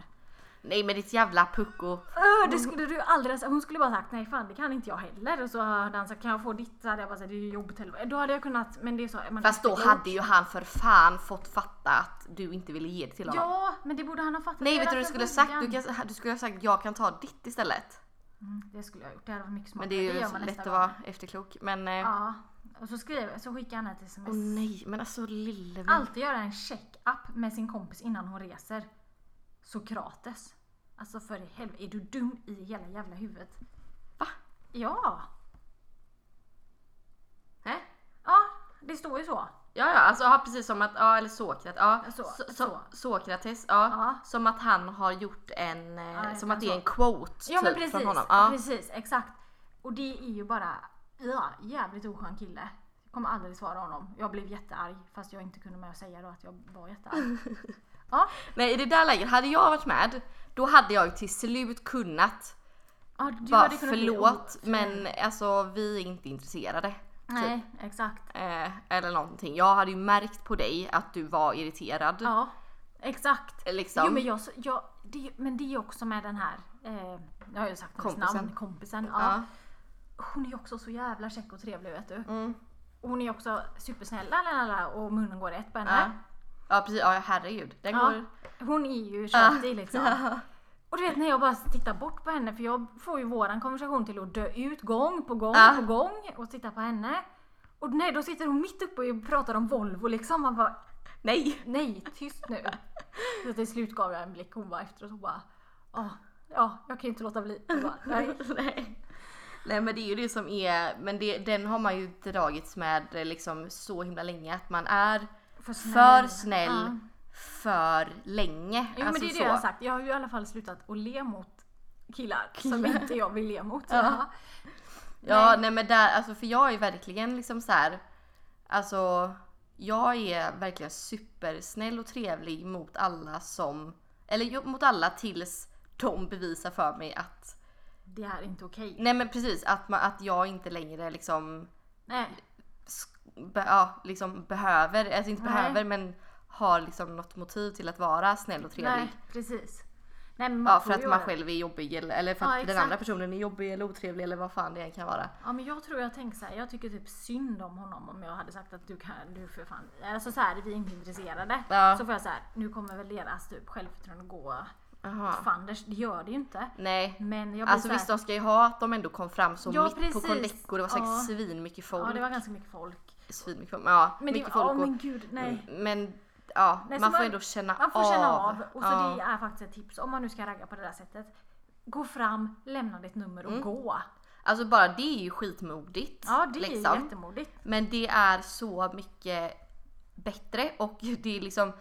Speaker 1: Nej men ditt jävla pucko.
Speaker 2: Öh, det skulle du aldrig ha sagt. Hon skulle bara sagt nej fan det kan inte jag heller. Och så hade han sagt kan jag få ditt? Så hade jag bara sagt det är ju jobbtelefon. Då hade jag kunnat men det sa man
Speaker 1: Fast då hade ju han för fan fått fatta att du inte ville ge det till honom.
Speaker 2: Ja men det borde han ha fattat.
Speaker 1: Nej vet
Speaker 2: redan
Speaker 1: du vad du
Speaker 2: från
Speaker 1: skulle ha sagt? Du,
Speaker 2: början.
Speaker 1: kan, du skulle ha sagt jag kan ta ditt istället.
Speaker 2: Mm, det skulle jag ha gjort. Det hade varit mycket
Speaker 1: Men
Speaker 2: smartare.
Speaker 1: det är ju
Speaker 2: gör man
Speaker 1: lätt
Speaker 2: nästa
Speaker 1: att
Speaker 2: gång.
Speaker 1: vara efterklok. Men eh,
Speaker 2: Ja. Och så skrev så skickade han ett sms.
Speaker 1: åh nej men alltså lille vän.
Speaker 2: Alltid göra en check-up med sin kompis innan hon reser. Sokrates. Alltså för i helvete, är du dum i hela jävla huvudet?
Speaker 1: Va?
Speaker 2: Ja!
Speaker 1: Nej.
Speaker 2: Ja, det står ju så.
Speaker 1: Ja ja alltså ja, precis som att, ja eller Sokrates. Ja.
Speaker 2: Ja, så-
Speaker 1: So-
Speaker 2: så.
Speaker 1: so- Sokrates ja.
Speaker 2: Ja.
Speaker 1: Som att han har gjort en, eh,
Speaker 2: Ja, jag
Speaker 1: som
Speaker 2: kan
Speaker 1: att det är
Speaker 2: så.
Speaker 1: en quote
Speaker 2: Ja men
Speaker 1: typ
Speaker 2: precis,
Speaker 1: från honom. Ja.
Speaker 2: precis, exakt. Och det är ju bara, ja, jävligt oskön kille. Jag kommer aldrig svara honom. Jag blev jättearg fast jag inte kunde med att säga då att jag var jättearg. ja,
Speaker 1: Nej i det där läget, hade jag varit med då hade jag ju till slut kunnat
Speaker 2: ja, du
Speaker 1: bara
Speaker 2: hade kunnat bli
Speaker 1: förlåt
Speaker 2: o-
Speaker 1: men alltså vi är inte intresserade.
Speaker 2: Nej, exakt.
Speaker 1: Eh, eller någonting. Jag hade ju märkt på dig att du var irriterad.
Speaker 2: Ja, exakt.
Speaker 1: Liksom.
Speaker 2: Jo, men, jag, jag, det, men det är också med den här, eh, jag har ju sagt hennes
Speaker 1: Kompisen.
Speaker 2: namn, kompisen. Ja.
Speaker 1: Ja.
Speaker 2: Hon är ju också så jävla käck och trevlig vet du.
Speaker 1: Mm.
Speaker 2: Och Hon är också supersnäll la, la, la, och munnen går rätt på
Speaker 1: Ja.
Speaker 2: henne.
Speaker 1: ja precis, ja herregud. Den
Speaker 2: Ja.
Speaker 1: går...
Speaker 2: Hon är ju tjatig liksom. Och du vet när jag bara tittar bort på henne för jag får ju våran konversation till att dö ut gång på gång
Speaker 1: Ja.
Speaker 2: på gång och titta på henne. Och nej, då sitter hon mitt uppe och pratar om Volvo liksom. Man bara,
Speaker 1: Nej!
Speaker 2: Nej, tyst nu. Så till slut gav jag en blick hon bara efteråt och bara ah, ja, jag kan ju inte låta bli. Jag Bara, Nej.
Speaker 1: Nej. Nej men det är ju det som är, men det, den har man ju dragits med eh, liksom så himla länge att man är
Speaker 2: För
Speaker 1: för snäll Alltså
Speaker 2: Ja.
Speaker 1: för länge.
Speaker 2: Jo men det är det jag har sagt. Jag har ju i alla fall slutat att le mot killar som inte jag vill le mot. Ja.
Speaker 1: Ja nej. men där, alltså för jag är verkligen liksom så här. Alltså jag är verkligen supersnäll och trevlig mot alla som, eller jo, mot alla tills de bevisar för mig att,
Speaker 2: Det här är inte okej.
Speaker 1: nej men precis att, man, att jag inte längre liksom
Speaker 2: Nej.
Speaker 1: sk- be, ja, liksom behöver, alltså inte
Speaker 2: Nej.
Speaker 1: behöver men har liksom något motiv till att vara snäll och trevlig.
Speaker 2: Nej, precis. Nej, men man
Speaker 1: Ja, för
Speaker 2: får
Speaker 1: att
Speaker 2: ju
Speaker 1: man
Speaker 2: göra-
Speaker 1: själv är jobbig eller, eller för
Speaker 2: Ja,
Speaker 1: att den
Speaker 2: exakt.
Speaker 1: andra personen är jobbig eller otrevlig eller vad fan det än kan vara.
Speaker 2: Ja men jag tror jag tänkte såhär, jag tycker typ synd om honom om jag hade sagt att du kan, du för fan, alltså såhär vi är inte intresserade.
Speaker 1: Ja.
Speaker 2: Så får jag såhär, nu kommer väl deras typ självförtroende gå
Speaker 1: Jaha.
Speaker 2: Fanders, det gör det ju inte.
Speaker 1: Nej.
Speaker 2: Men jag blir
Speaker 1: Alltså
Speaker 2: så här,
Speaker 1: visst de ska ju ha att de ändå kom fram så
Speaker 2: Ja,
Speaker 1: mitt på
Speaker 2: precis.
Speaker 1: Condeco. Det var säkert
Speaker 2: Ja.
Speaker 1: svinmycket folk.
Speaker 2: Ja det var ganska mycket folk.
Speaker 1: Svinmycket folk. Ja,
Speaker 2: Men
Speaker 1: mycket
Speaker 2: det,
Speaker 1: folk.
Speaker 2: ja,
Speaker 1: och-
Speaker 2: men gud, nej.
Speaker 1: Men ja,
Speaker 2: Nej, så
Speaker 1: man får
Speaker 2: man-
Speaker 1: ändå känna
Speaker 2: Man får
Speaker 1: av.
Speaker 2: känna av. Och så
Speaker 1: ja.
Speaker 2: det är faktiskt ett tips om man nu ska ragga på det där sättet. Gå fram, lämna ditt nummer och gå.
Speaker 1: Alltså bara det är ju skitmodigt.
Speaker 2: Ja det är
Speaker 1: liksom.
Speaker 2: ju jättemodigt.
Speaker 1: Men det är så mycket bättre och det är liksom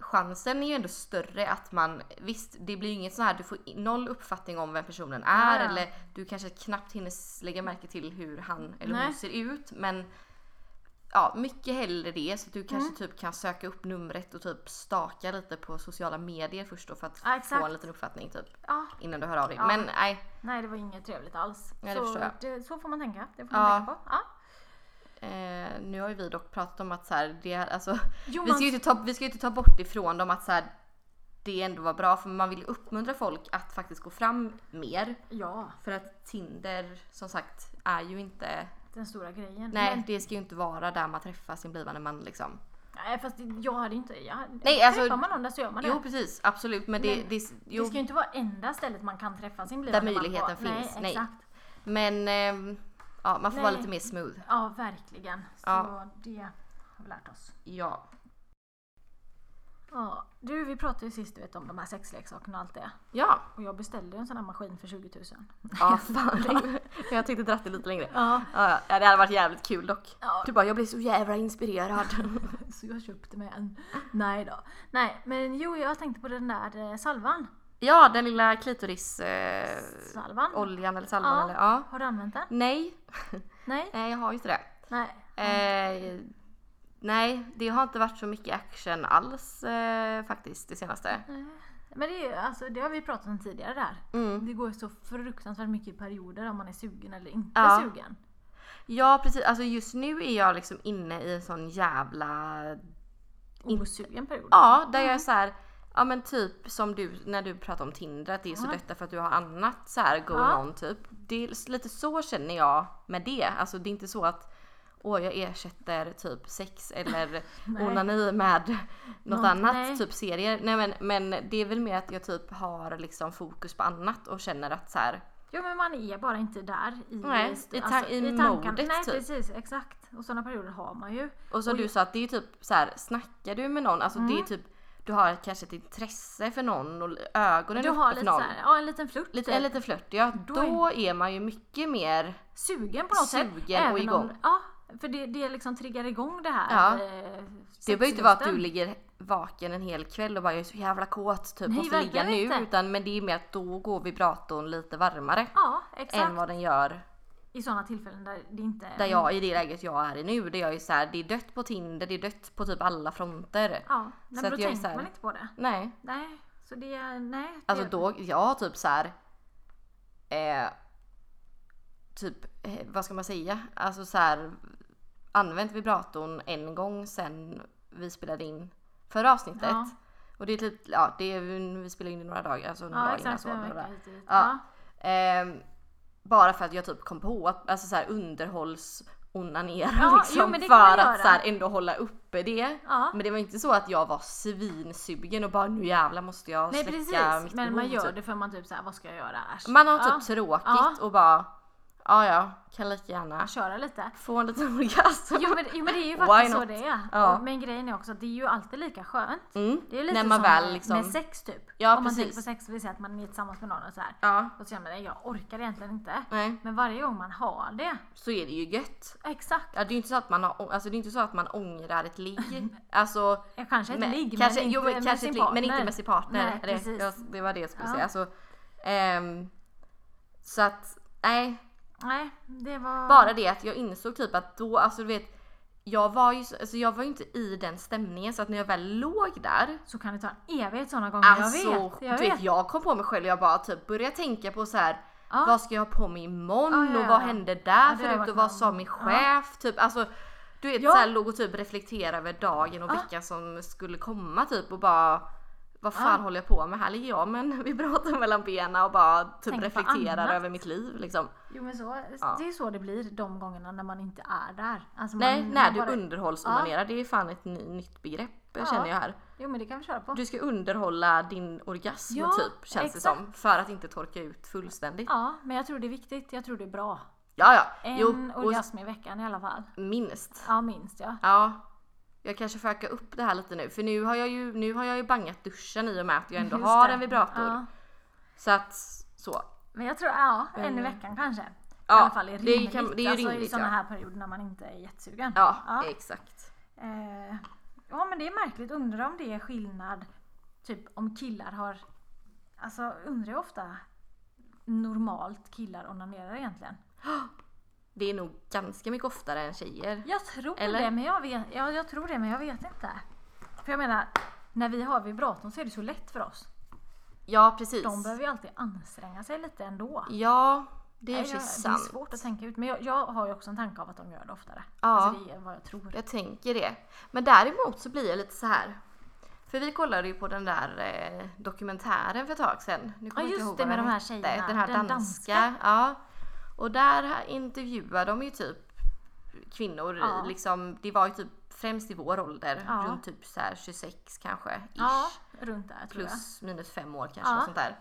Speaker 1: chansen är ju ändå större att man visst det blir ju inget så här du får noll uppfattning om vem personen är
Speaker 2: Ja, ja.
Speaker 1: eller du kanske knappt hinner s- lägga märke till hur han eller hon
Speaker 2: Nej.
Speaker 1: ser ut men ja mycket hellre det så att du kanske
Speaker 2: Mm.
Speaker 1: typ kan söka upp numret och typ staka lite på sociala medier först då för att
Speaker 2: Ja,
Speaker 1: få
Speaker 2: exakt.
Speaker 1: en liten uppfattning typ
Speaker 2: Ja,
Speaker 1: innan du hör av dig.
Speaker 2: Ja.
Speaker 1: Men nej,
Speaker 2: nej det var inget trevligt alls.
Speaker 1: Ja, det
Speaker 2: så,
Speaker 1: förstår jag.
Speaker 2: det, så får man tänka. Det får man
Speaker 1: Ja.
Speaker 2: tänka på. Ja.
Speaker 1: Eh, nu har ju vi dock pratat om att så här, det är, alltså,
Speaker 2: Jo,
Speaker 1: vi, ska ju
Speaker 2: man-
Speaker 1: inte ta, vi ska ju inte ta bort ifrån dem att så här, det ändå var bra för man vill ju uppmuntra folk att faktiskt gå fram mer.
Speaker 2: ja,
Speaker 1: För att Tinder som sagt är ju inte,
Speaker 2: den stora grejen.
Speaker 1: nej
Speaker 2: Men,
Speaker 1: det ska ju inte vara där man träffar sin blivande man liksom.
Speaker 2: nej fast jag hade inte... Jag,
Speaker 1: Nej, alltså-
Speaker 2: träffar man någon där så gör man det.
Speaker 1: Jo precis absolut men det,
Speaker 2: Men
Speaker 1: det, jo,
Speaker 2: Det ska ju inte vara enda stället man kan träffa sin blivande man på.
Speaker 1: möjligheten finns, nej.
Speaker 2: Nej, exakt.
Speaker 1: men ehm, ja, man får vara
Speaker 2: Nej.
Speaker 1: lite mer smooth.
Speaker 2: Ja, verkligen. Så
Speaker 1: Ja.
Speaker 2: det har vi lärt oss.
Speaker 1: Ja.
Speaker 2: Ja, du, vi pratade ju sist du vet, om de här sexleksakerna och allt det.
Speaker 1: Ja,
Speaker 2: Och jag beställde ju en sån här maskin för 20 000.
Speaker 1: ja fan. jag tänkte dratt det lite längre.
Speaker 2: Ja,
Speaker 1: Ja, ja, det hade varit jävligt kul dock.
Speaker 2: Ja.
Speaker 1: Du bara, jag blir så jävla inspirerad.
Speaker 2: så jag köpte mig en. Nej då. Nej, men jo, jag tänkte på den där eh, salvan.
Speaker 1: ja, den lilla klitorisoljan eh,
Speaker 2: Salvan?
Speaker 1: oljan eller salvan
Speaker 2: Ja.
Speaker 1: eller ja.
Speaker 2: Har du använt den?
Speaker 1: Nej,
Speaker 2: Nej.
Speaker 1: nej jag har ju inte det.
Speaker 2: Nej.
Speaker 1: Eh, nej, det har inte varit så mycket action alls eh, faktiskt det senaste.
Speaker 2: Men det, är, ju- alltså, det har vi pratat om tidigare där.
Speaker 1: Mm.
Speaker 2: Det går ju så fruktansvärt mycket i perioder om man är sugen eller inte
Speaker 1: Ja.
Speaker 2: sugen.
Speaker 1: Ja precis, alltså just nu är jag liksom inne i en sån jävla
Speaker 2: Osugen period.
Speaker 1: Ja,
Speaker 2: Mm.
Speaker 1: där jag är så här, ja men typ som du när du pratar om Tinder att det är så
Speaker 2: Ja.
Speaker 1: dött därför att du har annat så här going
Speaker 2: Ja.
Speaker 1: on typ. Det är lite så känner jag med det. Alltså det är inte så att åh jag ersätter typ sex eller
Speaker 2: Nej.
Speaker 1: onani med något
Speaker 2: Någon-
Speaker 1: annat,
Speaker 2: nej.
Speaker 1: typ serier. Nej men, men det är väl mer att jag typ har liksom fokus på annat och känner att så här,
Speaker 2: Jo men man är bara inte där i, alltså,
Speaker 1: Nej, i ta- i modet,
Speaker 2: Nej
Speaker 1: typ.
Speaker 2: precis, exakt. Och sådana perioder har man ju.
Speaker 1: Och som du sa att det är typ så här, snackar du med någon, alltså
Speaker 2: Mm.
Speaker 1: det är typ du har kanske ett intresse för någon och ögonen
Speaker 2: Du
Speaker 1: är
Speaker 2: har
Speaker 1: uppe för
Speaker 2: lite
Speaker 1: någon.
Speaker 2: såhär, ja en liten flört.
Speaker 1: lite,
Speaker 2: typ.
Speaker 1: en liten flört, ja
Speaker 2: Då
Speaker 1: då,
Speaker 2: är-
Speaker 1: är man ju mycket mer
Speaker 2: Sugen på något sätt.
Speaker 1: Sugen och
Speaker 2: även
Speaker 1: igång.
Speaker 2: Om, ja, för det, det liksom triggar igång det här.
Speaker 1: Ja.
Speaker 2: eh,
Speaker 1: Det behöver inte vara att du
Speaker 2: sexlusten.
Speaker 1: ligger vaken en hel kväll och bara jag är så jävla kåt typ
Speaker 2: Nej,
Speaker 1: måste ligga
Speaker 2: verkligen
Speaker 1: nu
Speaker 2: inte.
Speaker 1: utan men det är mer att då går vibratorn lite varmare
Speaker 2: Ja, exakt.
Speaker 1: än vad den gör
Speaker 2: I sådana tillfällen där det inte...
Speaker 1: där jag i det läget jag är i nu där jag är så här, det är dött på Tinder, det är dött på typ alla fronter.
Speaker 2: Ja, nej, men
Speaker 1: att
Speaker 2: då
Speaker 1: jag är
Speaker 2: tänker
Speaker 1: såhär-
Speaker 2: man inte på det.
Speaker 1: Nej.
Speaker 2: Nej, så det... Nej.
Speaker 1: Alltså
Speaker 2: det,
Speaker 1: då, jag har typ så här. Eh, typ, eh, vad ska man säga? Alltså så här. Använt vibratorn en gång sen vi spelade in förra avsnittet.
Speaker 2: Ja.
Speaker 1: Och det är typ, ja det är, vi spelade in i några dagar, alltså några
Speaker 2: Ja,
Speaker 1: dagar innan
Speaker 2: exakt.
Speaker 1: så.
Speaker 2: det
Speaker 1: bla, bla, bla.
Speaker 2: verkar lite- Ja.
Speaker 1: Ja. Ehm, bara för att jag typ kom på att alltså så här, underhålls onanera
Speaker 2: Ja,
Speaker 1: liksom
Speaker 2: jo, men det kan man
Speaker 1: för att
Speaker 2: göra.
Speaker 1: så här, ändå hålla uppe det.
Speaker 2: Ja.
Speaker 1: Men det var inte så att jag var svinsugen och bara nu jävlar måste jag
Speaker 2: Nej
Speaker 1: släcka mitt
Speaker 2: precis, men man
Speaker 1: behov",
Speaker 2: gör
Speaker 1: typ.
Speaker 2: det för man typ såhär, vad ska jag göra? Äsch.
Speaker 1: Man har
Speaker 2: Ja.
Speaker 1: typ tråkigt
Speaker 2: Ja.
Speaker 1: och bara ja ja, kan lika gärna
Speaker 2: Köra lite.
Speaker 1: få en liten orgasm.
Speaker 2: Jo men, jo men det är ju
Speaker 1: Why
Speaker 2: faktiskt så
Speaker 1: not?
Speaker 2: det är.
Speaker 1: Ja.
Speaker 2: Och- Men grejen är också att det är ju alltid lika skönt.
Speaker 1: Mm.
Speaker 2: Det är lite
Speaker 1: När man
Speaker 2: som
Speaker 1: väl liksom-
Speaker 2: med sex typ.
Speaker 1: Ja,
Speaker 2: Om man tänker på
Speaker 1: precis.
Speaker 2: sex, vi säger att man är tillsammans med någon och så här.
Speaker 1: Ja,
Speaker 2: Och så känner man det, jag orkar egentligen inte.
Speaker 1: nej,
Speaker 2: Men varje gång man har det,
Speaker 1: så är det ju gött.
Speaker 2: exakt.
Speaker 1: Ja, det är ju inte så att man har, alltså det är inte så att man ångrar ett ligg. Alltså
Speaker 2: Jag kanske inte
Speaker 1: Men-
Speaker 2: ligger
Speaker 1: kanske,
Speaker 2: men,
Speaker 1: jo,
Speaker 2: inte,
Speaker 1: men, kanske
Speaker 2: sin
Speaker 1: ett ligg, men inte
Speaker 2: partner.
Speaker 1: med sin partner.
Speaker 2: Nej,
Speaker 1: det,
Speaker 2: precis.
Speaker 1: jag, det var det jag skulle
Speaker 2: Ja.
Speaker 1: säga. Alltså, ehm, så att, nej.
Speaker 2: Nej, det var...
Speaker 1: Bara det att jag insåg typ att då, alltså du vet. Jag var ju, så- alltså, jag var ju inte i den stämningen så att när jag väl låg där.
Speaker 2: Så kan det ta en evighet sådana gånger,
Speaker 1: Alltså,
Speaker 2: jag vet. Jag
Speaker 1: du vet,
Speaker 2: vet.
Speaker 1: jag kom på mig själv och jag bara typ började tänka på så här.
Speaker 2: Ja.
Speaker 1: Vad ska jag ha på mig imorgon
Speaker 2: Ja, ja,
Speaker 1: och vad
Speaker 2: ja.
Speaker 1: hände där
Speaker 2: har
Speaker 1: förut
Speaker 2: varit
Speaker 1: och vad
Speaker 2: någon-
Speaker 1: sa min chef? Typ, alltså, du vet
Speaker 2: Ja.
Speaker 1: så här, låg och typ reflekterade över dagen och
Speaker 2: Ja.
Speaker 1: veckan som skulle komma typ och bara vad fan håller jag på med? Här ligger jag med en vibrator mellan benen och bara typ
Speaker 2: Tänk på
Speaker 1: reflekterar
Speaker 2: annat. Mm.
Speaker 1: över mitt liv liksom.
Speaker 2: Jo men så,
Speaker 1: Ja.
Speaker 2: det är så det blir de gångerna när man inte är där. Alltså
Speaker 1: Nej,
Speaker 2: man,
Speaker 1: när
Speaker 2: man
Speaker 1: du
Speaker 2: bara-
Speaker 1: underhållsonanerar, det är fan ett ny, nytt begrepp
Speaker 2: Ja.
Speaker 1: känner jag här.
Speaker 2: Jo men det kan vi köra på.
Speaker 1: Du ska underhålla din orgasm
Speaker 2: Ja,
Speaker 1: typ, känns det
Speaker 2: exakt.
Speaker 1: som. För att inte torka ut fullständigt.
Speaker 2: Ja, men jag tror det är viktigt. Jag tror det är bra.
Speaker 1: Ja, ja.
Speaker 2: En
Speaker 1: Jo, och
Speaker 2: orgasm i veckan i alla fall.
Speaker 1: minst.
Speaker 2: Ja, minst ja.
Speaker 1: Ja. Jag kanske får öka upp det här lite nu, för nu har jag ju, nu har jag ju bangat duschen i och med att jag ändå
Speaker 2: Just
Speaker 1: har
Speaker 2: det.
Speaker 1: en vibrator.
Speaker 2: Ja.
Speaker 1: Så att, så.
Speaker 2: Men jag tror, ja, en i veckan kanske. I
Speaker 1: eh, Ja,
Speaker 2: alla fall är
Speaker 1: det
Speaker 2: rimligt.
Speaker 1: kan- det är ju
Speaker 2: alltså,
Speaker 1: rimligt,
Speaker 2: i sådana
Speaker 1: ja.
Speaker 2: här perioder när man inte är jättesugen.
Speaker 1: Ja,
Speaker 2: Ja.
Speaker 1: exakt.
Speaker 2: Eh, ja men det är märkligt. Undrar om det är skillnad. Typ om killar har... Alltså undrar jag ofta normalt killar onanerar egentligen.
Speaker 1: Det är nog ganska mycket oftare än tjejer.
Speaker 2: Jag tror
Speaker 1: Eller?
Speaker 2: det men jag vet, ja, jag tror det men jag vet inte. För jag menar, när vi har vibratorn så är det så lätt för oss.
Speaker 1: Ja, precis.
Speaker 2: De behöver ju alltid anstränga sig lite ändå.
Speaker 1: Ja, det är
Speaker 2: Nej,
Speaker 1: ju
Speaker 2: jag, det är
Speaker 1: sant.
Speaker 2: svårt att tänka ut men jag, jag har ju också en tanke av att de gör det oftare.
Speaker 1: Ja.
Speaker 2: Alltså det är vad jag tror.
Speaker 1: Jag tänker det. Men däremot så blir jag lite så här. För vi kollade ju på den där eh, dokumentären för ett tag sedan. Nu kommer jag inte
Speaker 2: just
Speaker 1: ihåg
Speaker 2: det,
Speaker 1: vad
Speaker 2: med
Speaker 1: den
Speaker 2: de här
Speaker 1: hette.
Speaker 2: tjejerna.
Speaker 1: Den här
Speaker 2: Den
Speaker 1: danska.
Speaker 2: danska.
Speaker 1: Ja. Och där intervjuade de ju typ kvinnor.
Speaker 2: Ja.
Speaker 1: i Liksom, det var ju typ främst i vår ålder.
Speaker 2: Ja.
Speaker 1: Runt typ så här 26 kanske. Ish.
Speaker 2: Ja, runt där tror jag.
Speaker 1: Plus minus fem år kanske.
Speaker 2: Ja.
Speaker 1: Och sånt där.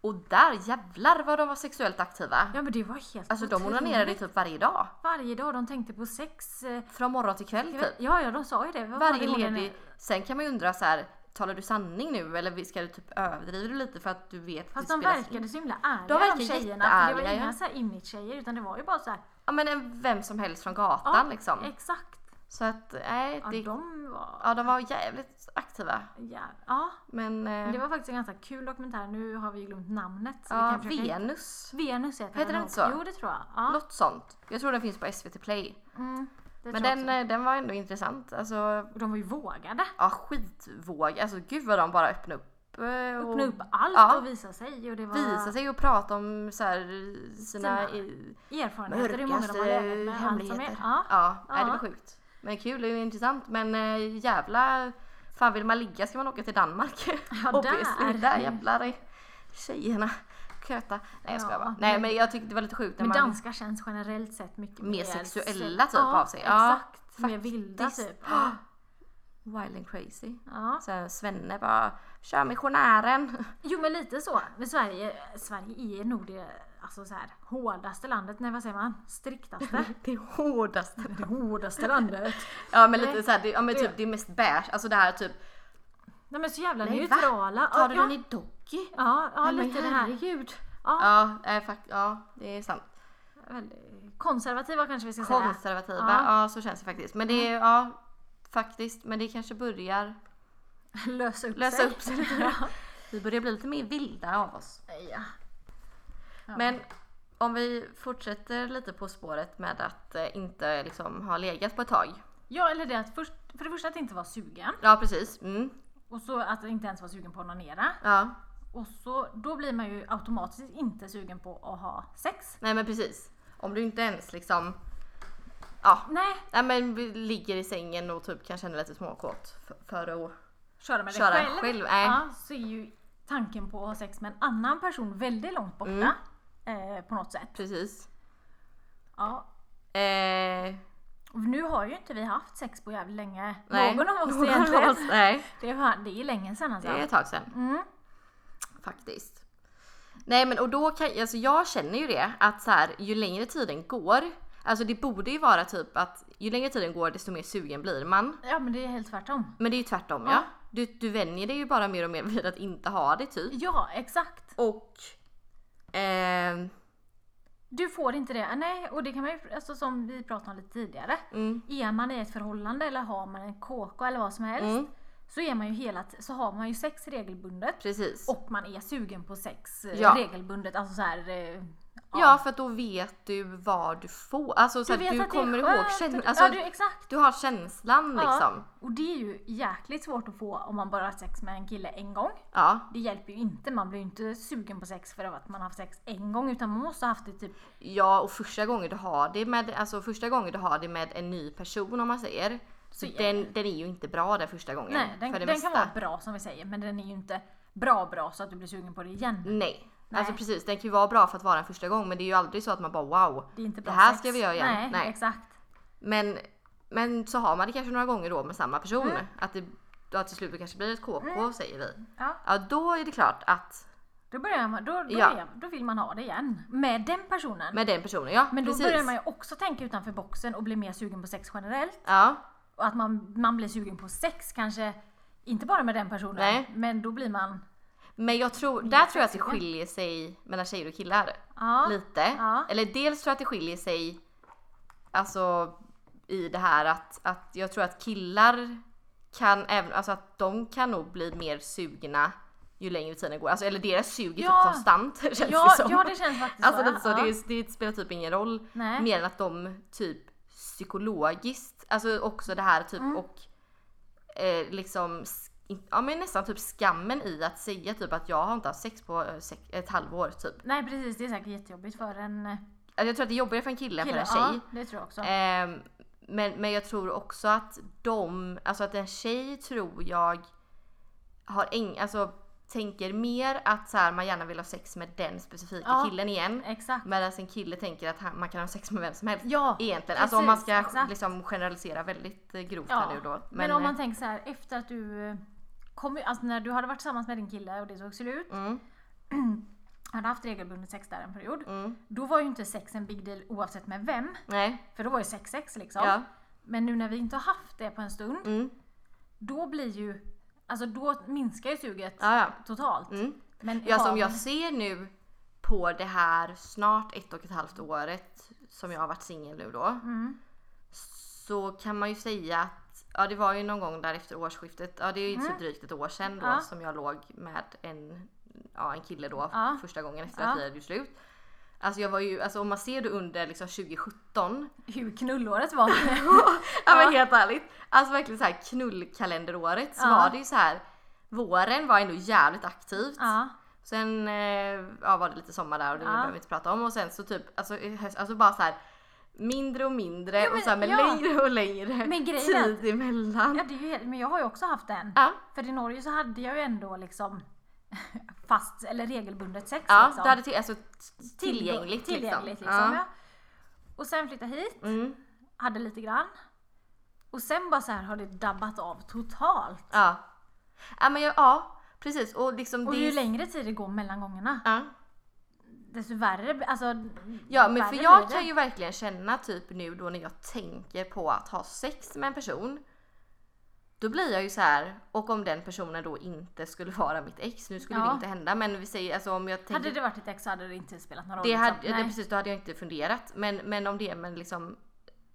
Speaker 1: Och där jävlar vad de var sexuellt aktiva.
Speaker 2: Ja men det var helt
Speaker 1: Alltså de
Speaker 2: otroligt.
Speaker 1: onanerade ju typ varje dag.
Speaker 2: Varje dag de tänkte på sex. eh,
Speaker 1: Från morgon till kväll typ.
Speaker 2: Ja, ja de sa ju det. Vad fan
Speaker 1: Varje
Speaker 2: är onaner-
Speaker 1: ledig. Sen kan man ju undra så här. Talar du sanning nu eller ska du typ överdriva du lite för att du vet att
Speaker 2: Fast
Speaker 1: det
Speaker 2: de
Speaker 1: spelas in?
Speaker 2: verkade så himla ärliga
Speaker 1: De
Speaker 2: de,
Speaker 1: verkar
Speaker 2: tjejerna. För det var
Speaker 1: jätteärliga,
Speaker 2: inga
Speaker 1: ja.
Speaker 2: så här image-tjejer utan det var ju bara så här.
Speaker 1: Ja men en- vem som helst från gatan
Speaker 2: ja,
Speaker 1: liksom.
Speaker 2: Exakt.
Speaker 1: Så att nej,
Speaker 2: Ja,
Speaker 1: det,
Speaker 2: de var...
Speaker 1: ja de var jävligt aktiva.
Speaker 2: Ja, ja.
Speaker 1: Men eh,
Speaker 2: Men det var faktiskt en ganska kul dokumentär. Nu har vi glömt namnet. Så vi
Speaker 1: ja,
Speaker 2: kan försöka... hitta-
Speaker 1: Venus.
Speaker 2: Venus heter,
Speaker 1: Heter
Speaker 2: den
Speaker 1: den
Speaker 2: nog.
Speaker 1: så?
Speaker 2: Jo det tror jag. Ja.
Speaker 1: Något sånt. Jag tror den finns på SVT play.
Speaker 2: Mm, det
Speaker 1: Men
Speaker 2: tror jag
Speaker 1: den,
Speaker 2: också.
Speaker 1: eh, den var ändå intressant. Alltså
Speaker 2: Och de var ju vågade.
Speaker 1: ja skitvåg. Alltså gud vad de bara öppnade upp. eh, och
Speaker 2: Öppna upp allt
Speaker 1: Ja.
Speaker 2: och visa sig. Och det var
Speaker 1: Visade sig och pratade om så här, sina,
Speaker 2: Sina-
Speaker 1: i-
Speaker 2: erfarenheter. Hur många de
Speaker 1: mörkaste
Speaker 2: har levat med. allt som
Speaker 1: hemligheter.
Speaker 2: är- Ja.
Speaker 1: Ja, nej, det var
Speaker 2: Ja.
Speaker 1: sjukt. Men kul och intressant. Men eh, jävla... Fan vill man ligga ska man åka till Danmark.
Speaker 2: Ja,
Speaker 1: Obviously.
Speaker 2: där.
Speaker 1: Där jävlar är tjejorna köta. Nej jag skojar
Speaker 2: Ja,
Speaker 1: bara. Nej
Speaker 2: men-
Speaker 1: men jag tyckte det var lite sjukt när
Speaker 2: Men
Speaker 1: man...
Speaker 2: danskar känns generellt sett mycket
Speaker 1: Mer sexuella typ av sig. Ja,
Speaker 2: Ja, exakt. Mer vilda
Speaker 1: faktiskt.
Speaker 2: typ. Ja.
Speaker 1: Wild and crazy.
Speaker 2: Ja.
Speaker 1: Så här, Svenne bara kör missionären.
Speaker 2: Jo men lite så. Men Sverige, Sverige är nog det alltså så här, hårdaste landet. Nej vad säger man? Striktaste.
Speaker 1: Det hårdaste.
Speaker 2: det hårdaste landet.
Speaker 1: Ja men
Speaker 2: Nej.
Speaker 1: lite såhär, ja men
Speaker 2: Det-
Speaker 1: typ det är mest beige. Alltså det här typ,
Speaker 2: De är så jävla
Speaker 1: Nej, va?
Speaker 2: neutrala.
Speaker 1: tar du
Speaker 2: ja,
Speaker 1: den i Doggy?
Speaker 2: ja, ja,
Speaker 1: Nej, men
Speaker 2: lite det här.
Speaker 1: Herregud.
Speaker 2: Ja.
Speaker 1: Ja, nej, fakt- ja det är sant.
Speaker 2: Väldigt konservativa kanske vi ska säga.
Speaker 1: Konservativa, ja. så känns det faktiskt. Men det
Speaker 2: Mm.
Speaker 1: är, ja faktiskt, men det kanske börjar
Speaker 2: Lösa upp
Speaker 1: lösa
Speaker 2: sig.
Speaker 1: upp sig lite. Vi börjar bli lite mer vilda av oss.
Speaker 2: Ja.
Speaker 1: Men om vi fortsätter lite på spåret med att eh, inte liksom ha legat på ett tag.
Speaker 2: ja, eller det att först, för det första att inte vara sugen
Speaker 1: Ja precis. Mm.
Speaker 2: och så att inte ens vara sugen på att onanera.
Speaker 1: Ja.
Speaker 2: Och så, då blir man ju automatiskt inte sugen på att ha sex.
Speaker 1: Nej men precis. Om du inte ens liksom Ja,
Speaker 2: Nej,
Speaker 1: nej men vi ligger i sängen och typ kan känna lite småkåt för, för att
Speaker 2: köra med dig
Speaker 1: köra
Speaker 2: själv.
Speaker 1: själv. Nej.
Speaker 2: Ja, så är ju tanken på att ha sex med en annan person väldigt långt borta. Eh, på något sätt.
Speaker 1: Precis.
Speaker 2: Ja.
Speaker 1: Eh,
Speaker 2: Och nu har ju inte vi haft sex på jävligt länge.
Speaker 1: nej.
Speaker 2: Någon av oss
Speaker 1: Någon
Speaker 2: egentligen.
Speaker 1: av oss, nej.
Speaker 2: Det, var, det är länge sedan
Speaker 1: Det
Speaker 2: alltså.
Speaker 1: är ett tag sedan.
Speaker 2: Mm.
Speaker 1: faktiskt. Nej men och då kan, alltså jag känner ju det att så här, ju längre tiden går, alltså det borde ju vara typ att ju längre tiden går desto mer sugen blir man.
Speaker 2: Ja men det är helt tvärtom.
Speaker 1: Men det är ju tvärtom ja.
Speaker 2: Ja.
Speaker 1: Du, du vänjer dig ju bara mer och mer vid att inte ha det typ.
Speaker 2: Ja, exakt.
Speaker 1: Och... ehm,
Speaker 2: Du får inte det. Nej, och det kan man ju, alltså, som vi pratade om lite tidigare.
Speaker 1: mm,
Speaker 2: Är man i ett förhållande eller har man en KK eller vad som helst.
Speaker 1: mm,
Speaker 2: Så, är man ju hela, t- så har man ju sex regelbundet.
Speaker 1: precis.
Speaker 2: Och man är sugen på sex eh,
Speaker 1: Ja.
Speaker 2: regelbundet. Alltså så här, eh,
Speaker 1: ja för att då vet du vad du får. Alltså så
Speaker 2: Du
Speaker 1: du,
Speaker 2: vet
Speaker 1: du
Speaker 2: att det är
Speaker 1: kommer
Speaker 2: skönt
Speaker 1: ihåg
Speaker 2: att-
Speaker 1: känslan. Alltså,
Speaker 2: ja,
Speaker 1: du...
Speaker 2: du, exakt.
Speaker 1: har känslan
Speaker 2: Ja.
Speaker 1: liksom.
Speaker 2: Och det är ju jäkligt svårt att få om man bara har sex med en kille en gång.
Speaker 1: Ja.
Speaker 2: Det hjälper ju inte, man blir ju inte sugen på sex för att man har haft sex en gång utan man måste ha haft det typ...
Speaker 1: Ja och första gången du har det med, alltså första gången du har det med en ny person om man säger. Så
Speaker 2: Så-
Speaker 1: den, den är ju inte bra den första gången.
Speaker 2: Nej, den,
Speaker 1: för det
Speaker 2: den
Speaker 1: mesta.
Speaker 2: kan vara bra som vi säger men den är ju inte bra bra så att du blir sugen på det igen.
Speaker 1: Nej.
Speaker 2: Nej.
Speaker 1: Alltså precis, den kan ju vara bra för att vara den första gången men det är ju aldrig så att man bara wow.
Speaker 2: Det är inte
Speaker 1: Det
Speaker 2: bra
Speaker 1: här
Speaker 2: sex.
Speaker 1: ska vi göra igen.
Speaker 2: Nej,
Speaker 1: Nej.
Speaker 2: exakt.
Speaker 1: Men, men så har man det kanske några gånger då med samma person.
Speaker 2: Mm.
Speaker 1: Att det då till slut kanske blir ett KK säger vi.
Speaker 2: Ja.
Speaker 1: Ja då är det klart att
Speaker 2: Då, börjar man, då, då,
Speaker 1: Ja.
Speaker 2: är, då vill man ha det igen. Med den personen. Men,
Speaker 1: med den personen, ja
Speaker 2: då
Speaker 1: precis.
Speaker 2: börjar man ju också tänka utanför boxen och bli mer sugen på sex generellt.
Speaker 1: Ja,
Speaker 2: Och att man, man blir sugen på sex kanske, inte bara med den personen,
Speaker 1: Nej.
Speaker 2: men då blir man...
Speaker 1: men jag tror, där tror jag att det skiljer sig mellan tjejer och killar.
Speaker 2: Ja,
Speaker 1: Lite.
Speaker 2: Ja.
Speaker 1: Eller dels tror jag att det skiljer sig alltså, i det här att, att jag tror att killar kan även, alltså att de kan nog bli mer sugna ju längre tiden går. Alltså, eller deras sug är
Speaker 2: Ja.
Speaker 1: typ konstant känns
Speaker 2: ja,
Speaker 1: det som.
Speaker 2: ja det känns faktiskt
Speaker 1: alltså
Speaker 2: så.
Speaker 1: lite så,
Speaker 2: ja.
Speaker 1: det, är- det spelar typ ingen roll.
Speaker 2: Nej.
Speaker 1: Mer än att de typ psykologiskt, alltså också det här
Speaker 2: Mm.
Speaker 1: typ och eh, liksom s- Ja men nästan typ skammen i att säga typ att jag har inte haft sex på eh, sex, ett halvår typ.
Speaker 2: Nej precis, det är säkert jättejobbigt för en eh,
Speaker 1: Alltså jag tror att det är jobbigare för en kille, än
Speaker 2: kille.
Speaker 1: för en tjej.
Speaker 2: Ja, det tror jag också.
Speaker 1: Ehm, men, men jag tror också att de, alltså att en tjej tror jag har eng, alltså tänker mer att så här, man gärna vill ha sex med den specifika
Speaker 2: Ja.
Speaker 1: killen igen.
Speaker 2: Exakt.
Speaker 1: Medan en kille tänker att han, man kan ha sex med vem som helst.
Speaker 2: Ja,
Speaker 1: Egentligen, alltså om man
Speaker 2: precis,
Speaker 1: ska
Speaker 2: exakt.
Speaker 1: liksom generalisera väldigt eh, grovt
Speaker 2: Ja.
Speaker 1: här nu då. eh,
Speaker 2: Men, om man tänker så här, efter att du eh, kom, ju- alltså när du hade varit tillsammans med din kille och det såg slut.
Speaker 1: Mm.
Speaker 2: hade haft regelbundet sex där en period.
Speaker 1: Mm.
Speaker 2: Då var ju inte sex en big deal oavsett med vem.
Speaker 1: Nej,
Speaker 2: För då var ju sex sex liksom.
Speaker 1: ja.
Speaker 2: Men nu när vi inte har haft det på en stund.
Speaker 1: Mm.
Speaker 2: Då blir ju, alltså då minskar ju suget
Speaker 1: ja, ja.
Speaker 2: totalt.
Speaker 1: Mm.
Speaker 2: Men
Speaker 1: Ja, som
Speaker 2: har
Speaker 1: jag
Speaker 2: man-
Speaker 1: ser nu på det här snart ett och ett halvt året som jag har varit singel nu då.
Speaker 2: Mm.
Speaker 1: Så kan man ju säga att, ja det var ju någon gång där efter årsskiftet, ja det är ju typ drygt ett år sedan då
Speaker 2: Mm. Ja.
Speaker 1: som jag låg med en, ja, en kille då
Speaker 2: Ja.
Speaker 1: första gången efter
Speaker 2: Ja.
Speaker 1: att vi hade gjort slut. Alltså jag var ju, alltså om man ser det under liksom 2017,
Speaker 2: Hur knullåret var.
Speaker 1: ja men helt ärligt, alltså verkligen så här knullkalenderåret så
Speaker 2: Ja.
Speaker 1: var det ju så här våren var ändå jävligt aktivt.
Speaker 2: ja.
Speaker 1: Sen eh, ja, var det lite sommar där och det
Speaker 2: Ja.
Speaker 1: behöver vi inte prata om och sen så typ alltså, i höst, alltså bara så här mindre och mindre
Speaker 2: men-
Speaker 1: och så här, men
Speaker 2: ja.
Speaker 1: längre och längre
Speaker 2: Men grejen är
Speaker 1: tid emellan.
Speaker 2: Ja, det är ju helt, men jag har ju också haft en.
Speaker 1: Ja,
Speaker 2: För i Norge så hade jag ju ändå liksom fast eller regelbundet sex.
Speaker 1: ja
Speaker 2: liksom.
Speaker 1: du hade till, alltså, t- tillgängligt,
Speaker 2: tillgängligt, tillgängligt liksom. ja. Och sen flyttade hit,
Speaker 1: Ja. Mm,
Speaker 2: hade lite grann. Och sen bara så här har det dabbat av totalt.
Speaker 1: ja. ja men jag, ja precis och liksom
Speaker 2: Och
Speaker 1: det
Speaker 2: ju längre tid det går mellan gångerna
Speaker 1: ja.
Speaker 2: desto värre alltså,
Speaker 1: Ja men för
Speaker 2: värre
Speaker 1: jag
Speaker 2: blir
Speaker 1: kan
Speaker 2: det.
Speaker 1: ju verkligen känna typ nu då när jag tänker på att ha sex med en person. Då blir jag ju så här och om den personen då inte skulle vara mitt ex, nu skulle det
Speaker 2: Ja.
Speaker 1: inte hända men vi säger alltså om jag tänker...
Speaker 2: Hade det varit ett ex så hade det inte spelat någon roll.
Speaker 1: det hade,
Speaker 2: liksom.
Speaker 1: nej.
Speaker 2: Nej.
Speaker 1: Precis, då hade jag inte funderat men, men om det men liksom